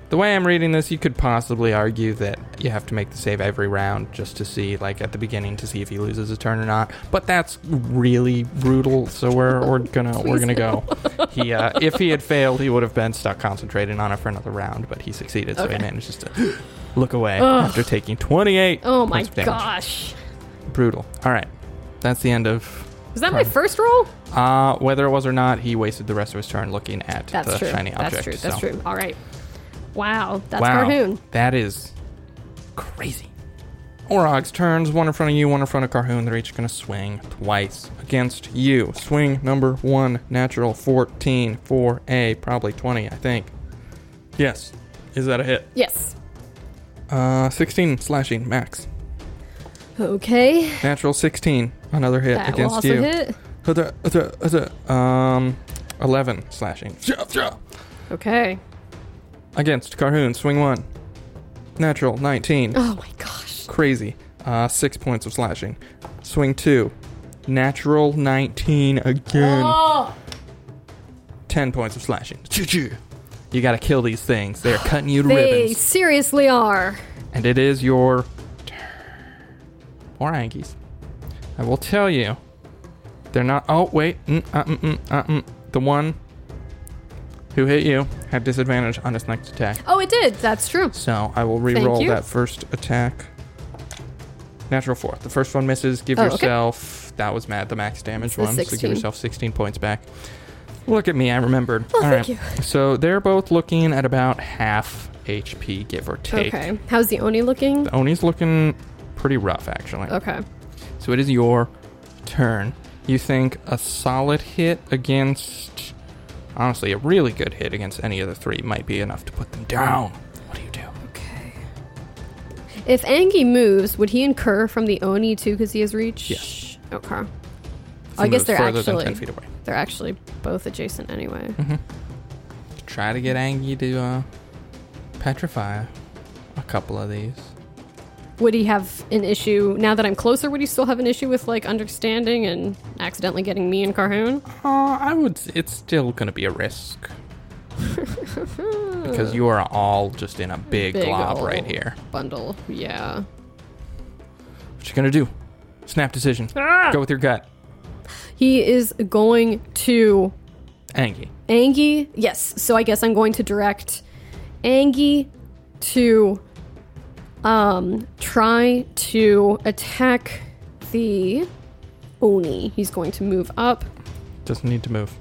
[SPEAKER 1] the way I'm reading this, you could possibly argue that you have to make the save every round just to see, like at the beginning, to see if he loses a turn or not. But that's really brutal. So we're, we're gonna we're gonna go. He uh, if he had failed, he would have been stuck concentrating on it for another round. But he succeeded, so he manages to look away after taking 28.
[SPEAKER 2] Oh my
[SPEAKER 1] points of damage.
[SPEAKER 2] gosh.
[SPEAKER 1] Brutal. All right, that's the end of.
[SPEAKER 2] Was that my first roll?
[SPEAKER 1] Uh, whether it was or not, he wasted the rest of his turn looking at
[SPEAKER 2] That's
[SPEAKER 1] the
[SPEAKER 2] true.
[SPEAKER 1] shiny object.
[SPEAKER 2] that's true. That's
[SPEAKER 1] so-
[SPEAKER 2] true. All right. Wow. That's
[SPEAKER 1] wow,
[SPEAKER 2] cartoon.
[SPEAKER 1] That is crazy. Orog's turns, one in front of you, one in front of Carhoon. They're each going to swing twice against you. Swing number one, natural 14, 4A, probably 20, I think. Yes. Is that a hit?
[SPEAKER 2] Yes.
[SPEAKER 1] Uh, 16 slashing, max.
[SPEAKER 2] Okay.
[SPEAKER 1] Natural 16, another hit
[SPEAKER 2] That will
[SPEAKER 1] against
[SPEAKER 2] also
[SPEAKER 1] you.
[SPEAKER 2] hit.
[SPEAKER 1] Huzzah, huzzah, huzzah. Um, 11 slashing. Shuh, shuh.
[SPEAKER 2] Okay.
[SPEAKER 1] Against Carhoon, swing one. Natural 19.
[SPEAKER 2] Oh my gosh.
[SPEAKER 1] crazy. Uh, six points of slashing. Swing two. Natural 19 again.
[SPEAKER 2] Oh.
[SPEAKER 1] Ten points of slashing. Choo-choo. You gotta kill these things. They're cutting you to
[SPEAKER 2] They
[SPEAKER 1] ribbons.
[SPEAKER 2] seriously are.
[SPEAKER 1] And it is your turn. Poor Ankies. I will tell you. They're not. Oh, wait. Mm, uh, mm, mm, uh, mm. The one who hit you had disadvantage on its next attack.
[SPEAKER 2] Oh, it did. That's true.
[SPEAKER 1] So I will re-roll
[SPEAKER 2] you.
[SPEAKER 1] that first attack. Natural four. The first one misses. Give
[SPEAKER 2] Oh, okay.
[SPEAKER 1] yourself that was mad the max damage
[SPEAKER 2] the
[SPEAKER 1] one. So give
[SPEAKER 2] 16.
[SPEAKER 1] yourself sixteen points back. Look at me, I remembered.
[SPEAKER 2] Oh,
[SPEAKER 1] All
[SPEAKER 2] thank
[SPEAKER 1] right. So they're both looking at about half HP, give or take.
[SPEAKER 2] Okay. How's the Oni looking?
[SPEAKER 1] Oni's looking pretty rough actually.
[SPEAKER 2] Okay.
[SPEAKER 1] So it is your turn. You think a solid hit against honestly, a really good hit against any of the three might be enough to put them down. What do you do?
[SPEAKER 2] Okay. If Angie moves, would he incur from the Oni too because he has reach?
[SPEAKER 1] Yes.
[SPEAKER 2] Okay.
[SPEAKER 1] If
[SPEAKER 2] I
[SPEAKER 1] he
[SPEAKER 2] guess
[SPEAKER 1] moves
[SPEAKER 2] they're
[SPEAKER 1] further
[SPEAKER 2] actually
[SPEAKER 1] than ten feet away.
[SPEAKER 2] they're actually both adjacent anyway.
[SPEAKER 1] try to get Angie to uh, petrify a couple of these.
[SPEAKER 2] Would he have an issue now that I'm closer? Would he still have an issue with like understanding and accidentally getting me and Carhoon?
[SPEAKER 1] Uh, I would. s- It's still gonna be a risk because you are all just in a big, glob
[SPEAKER 2] ol'
[SPEAKER 1] right here.
[SPEAKER 2] Bundle. Yeah.
[SPEAKER 1] What you gonna do? Snap decision. Go with your gut,
[SPEAKER 2] He is going to
[SPEAKER 1] Angie.
[SPEAKER 2] Angie. Yes. So I guess I'm going to direct Angie to um try to attack the Oni. He's going to move up.
[SPEAKER 1] Doesn't need to move.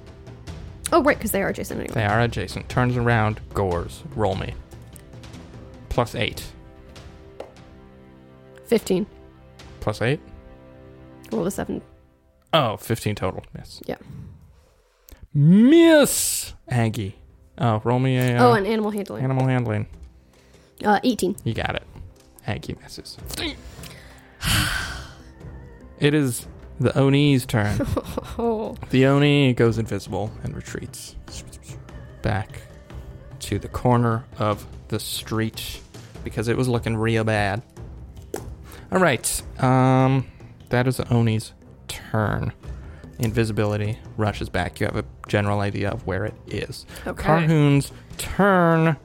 [SPEAKER 2] Oh right, because they are adjacent anyway.
[SPEAKER 1] They are adjacent. Turns around. Gores. Roll me. Plus eight.
[SPEAKER 2] Fifteen.
[SPEAKER 1] Plus eight.
[SPEAKER 2] Roll a seven.
[SPEAKER 1] Oh, 15 total. Miss.
[SPEAKER 2] Yeah.
[SPEAKER 1] Miss Angie. Oh, roll me a uh,
[SPEAKER 2] Oh, and animal handling.
[SPEAKER 1] animal handling.
[SPEAKER 2] Uh, Eighteen.
[SPEAKER 1] You got it. Hanky misses. it is the Oni's turn.
[SPEAKER 2] Oh.
[SPEAKER 1] the Oni goes invisible and retreats back to the corner of the street because it was looking real bad. All right. Um, that is the Oni's turn. Invisibility rushes back. You have a general idea of where it is.
[SPEAKER 2] Okay.
[SPEAKER 1] Carhoon's turn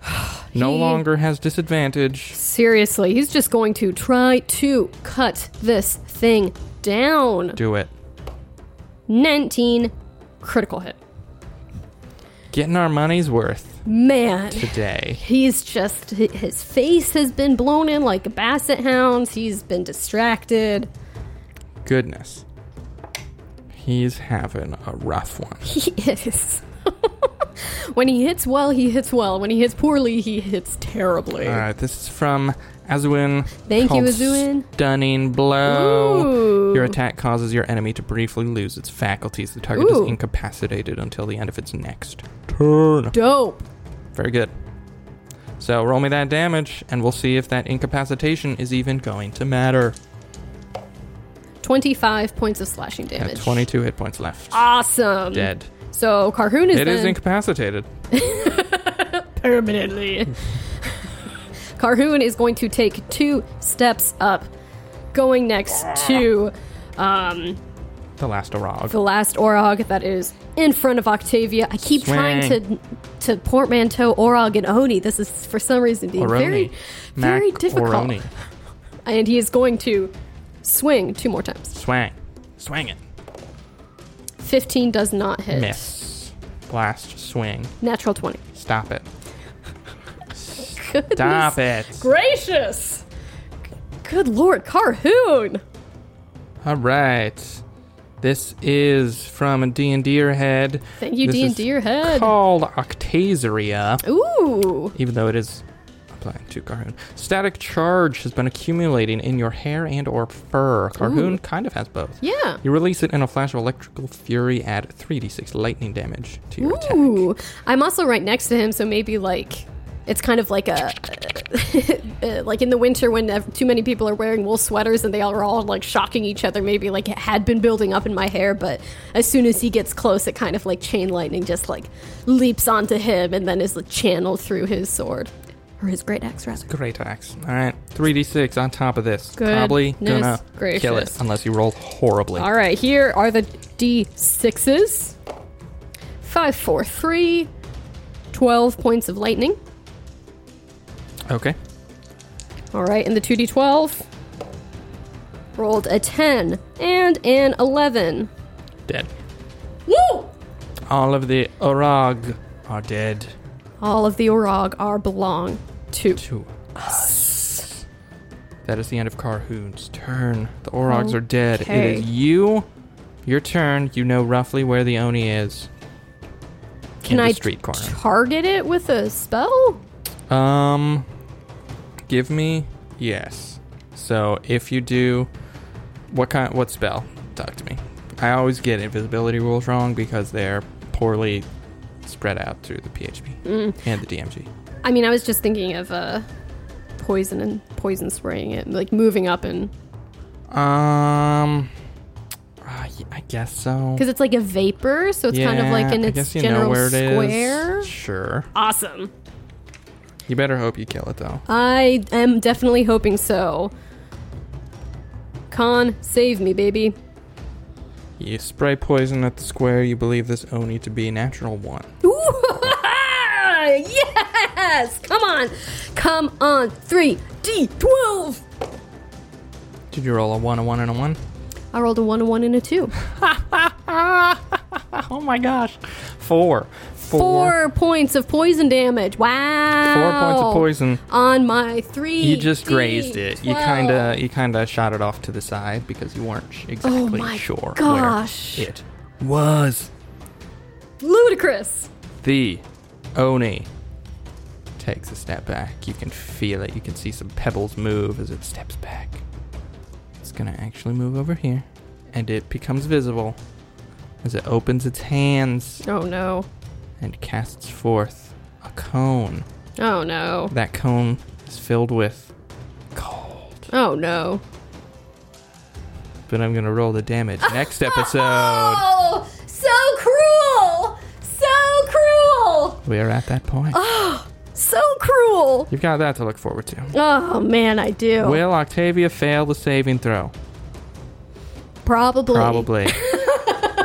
[SPEAKER 1] no
[SPEAKER 2] He-
[SPEAKER 1] longer has disadvantage.
[SPEAKER 2] Seriously, he's just going to try to cut this thing down.
[SPEAKER 1] Do it.
[SPEAKER 2] 19 critical hit.
[SPEAKER 1] Getting our money's worth
[SPEAKER 2] Man,
[SPEAKER 1] today.
[SPEAKER 2] he's just hi- his face has been blown in like a basset hound's. He's been distracted.
[SPEAKER 1] Goodness. He's having a rough one.
[SPEAKER 2] He is. when he hits well, he hits well. When he hits poorly, he hits terribly.
[SPEAKER 1] All right, this is from Azuin.
[SPEAKER 2] Thank you,
[SPEAKER 1] called
[SPEAKER 2] Azuin.
[SPEAKER 1] Stunning blow.
[SPEAKER 2] Ooh.
[SPEAKER 1] Your attack causes your enemy to briefly lose its faculties. The target
[SPEAKER 2] Ooh.
[SPEAKER 1] is incapacitated until the end of its next turn.
[SPEAKER 2] Dope.
[SPEAKER 1] Very good. So roll me that damage, and we'll see if that incapacitation is even going to matter.
[SPEAKER 2] 25 points of slashing
[SPEAKER 1] Got
[SPEAKER 2] damage.
[SPEAKER 1] 22 hit points left.
[SPEAKER 2] Awesome.
[SPEAKER 1] Dead.
[SPEAKER 2] So Carhoon is
[SPEAKER 1] It is
[SPEAKER 2] then-
[SPEAKER 1] incapacitated.
[SPEAKER 2] permanently. Carhoon is going to take two steps up, going next to um,
[SPEAKER 1] The last Orog.
[SPEAKER 2] The last Orog that is in front of Octavia. I keep trying to
[SPEAKER 1] Swing.
[SPEAKER 2] to portmanteau Orog and Oni. This is for some reason being very
[SPEAKER 1] Oroni.
[SPEAKER 2] very
[SPEAKER 1] Mac
[SPEAKER 2] difficult.
[SPEAKER 1] Oroni.
[SPEAKER 2] And he is going to swing two more times.
[SPEAKER 1] Swang. Swang it.
[SPEAKER 2] 15 does not hit.
[SPEAKER 1] Miss. Blast. Swing.
[SPEAKER 2] Natural 20.
[SPEAKER 1] Stop it.
[SPEAKER 2] Goodness
[SPEAKER 1] Stop it.
[SPEAKER 2] gracious. Good lord, Carhoon.
[SPEAKER 1] All right. This is from D and D head.
[SPEAKER 2] Thank you,
[SPEAKER 1] This
[SPEAKER 2] D&D
[SPEAKER 1] is
[SPEAKER 2] Deerhead.
[SPEAKER 1] Called Octaseria.
[SPEAKER 2] Oh. Ooh.
[SPEAKER 1] even though it is applying to Carhoon. Static charge has been accumulating in your hair and or fur. Carhoon kind of has both.
[SPEAKER 2] Yeah.
[SPEAKER 1] You release it in a flash of electrical fury, add 3d6 lightning damage to your attack.
[SPEAKER 2] Ooh. I'm also right next to him, so maybe like it's kind of like a uh, like in the winter when ev- too many people are wearing wool sweaters and they are all like shocking each other. Maybe like it had been building up in my hair, but as soon as he gets close, it kind of like chain lightning just like leaps onto him and then is like, channeled through his sword or his great axe rather.
[SPEAKER 1] Great axe. All right, 3d6 on top of this.
[SPEAKER 2] Goodness
[SPEAKER 1] Probably gonna kill it
[SPEAKER 2] gracious. Uh,
[SPEAKER 1] unless you roll horribly.
[SPEAKER 2] All right, here are the D6s. Five, four, three. 12 points of lightning.
[SPEAKER 1] Okay.
[SPEAKER 2] All right, and the 2d12 rolled a 10 and an 11.
[SPEAKER 1] Dead.
[SPEAKER 2] Woo!
[SPEAKER 1] All of the Orog are dead.
[SPEAKER 2] All of the Orog are belong to.
[SPEAKER 1] to us. That is the end of Carhoon's turn. The Orogs are dead.
[SPEAKER 2] Okay.
[SPEAKER 1] It is you. Your turn. You know roughly where the Oni is.
[SPEAKER 2] Can
[SPEAKER 1] in
[SPEAKER 2] I
[SPEAKER 1] the street corner?
[SPEAKER 2] target it with a spell?
[SPEAKER 1] um, give me yes. So if you do, what kind? What spell? Talk to me. I always get invisibility rules wrong because they're poorly spread out through the PHP
[SPEAKER 2] Mm.
[SPEAKER 1] and the DMG.
[SPEAKER 2] I mean, I was just thinking of uh, poison and poison spraying it, like moving up and.
[SPEAKER 1] Um, ah, y- I guess so.
[SPEAKER 2] Because it's like a vapor, so it's kind of like in
[SPEAKER 1] I
[SPEAKER 2] its
[SPEAKER 1] guess you
[SPEAKER 2] general
[SPEAKER 1] know where it is.
[SPEAKER 2] square.
[SPEAKER 1] Sure.
[SPEAKER 2] Awesome.
[SPEAKER 1] You better hope you kill it though.
[SPEAKER 2] I am definitely hoping so. Con, save me, baby.
[SPEAKER 1] You spray poison at the square you believe this Oni to be natural one.
[SPEAKER 2] Ooh, yes! Come on! Come on! 3D12!
[SPEAKER 1] Did you roll a one, a one, and a one?
[SPEAKER 2] I rolled a 1, a 1, and a 2.
[SPEAKER 1] Oh my gosh.
[SPEAKER 2] Uh,
[SPEAKER 1] Four.
[SPEAKER 2] Four points of poison damage. Wow!
[SPEAKER 1] Four points of poison.
[SPEAKER 2] On my 3.
[SPEAKER 1] You just grazed it. You kinda Uh, you kinda shot it off to the side because you weren't sh- exactly
[SPEAKER 2] Oh my
[SPEAKER 1] sure
[SPEAKER 2] gosh.
[SPEAKER 1] where it was.
[SPEAKER 2] Ludicrous!
[SPEAKER 1] The Oni takes a step back. You can feel it. You can see some pebbles move as it steps back. It's going to actually move over here, and it becomes visible as it opens its hands
[SPEAKER 2] Oh no.
[SPEAKER 1] and casts forth a cone.
[SPEAKER 2] Oh no.
[SPEAKER 1] That cone is filled with cold.
[SPEAKER 2] Oh no.
[SPEAKER 1] But I'm going to roll the damage next episode.
[SPEAKER 2] Oh! So cruel! So cruel!
[SPEAKER 1] We are at that point.
[SPEAKER 2] Uh, So cruel!
[SPEAKER 1] You've got that to look forward to.
[SPEAKER 2] Oh man, I do.
[SPEAKER 1] Will Octavia fail the saving throw?
[SPEAKER 2] Probably.
[SPEAKER 1] Probably.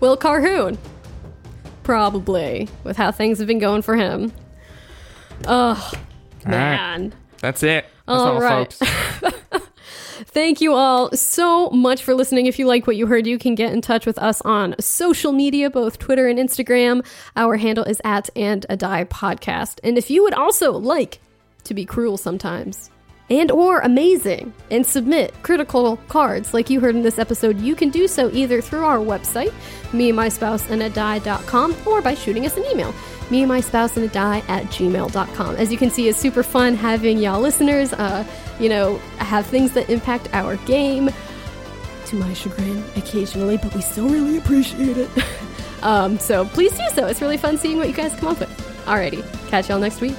[SPEAKER 2] Will Carhoon. Probably. With how things have been going for him. Oh,
[SPEAKER 1] All right.
[SPEAKER 2] man.
[SPEAKER 1] That's it. That's
[SPEAKER 2] All
[SPEAKER 1] all,
[SPEAKER 2] right.
[SPEAKER 1] folks.
[SPEAKER 2] Thank you all so much for listening. If you like what you heard, you can get in touch with us on social media, both Twitter and Instagram. Our handle is at and a die podcast. And if you would also like to be cruel sometimes and or amazing and submit critical cards like you heard in this episode, you can do so either through our website, me and my spouse and a die.com, or by shooting us an email, me and my spouse and a die at gmail.com. As you can see, it's super fun having y'all listeners, uh, you know, have things that impact our game to my chagrin occasionally, but we still really appreciate it. um, so please do so. It's really fun seeing what you guys come up with. Alrighty, catch y'all next week.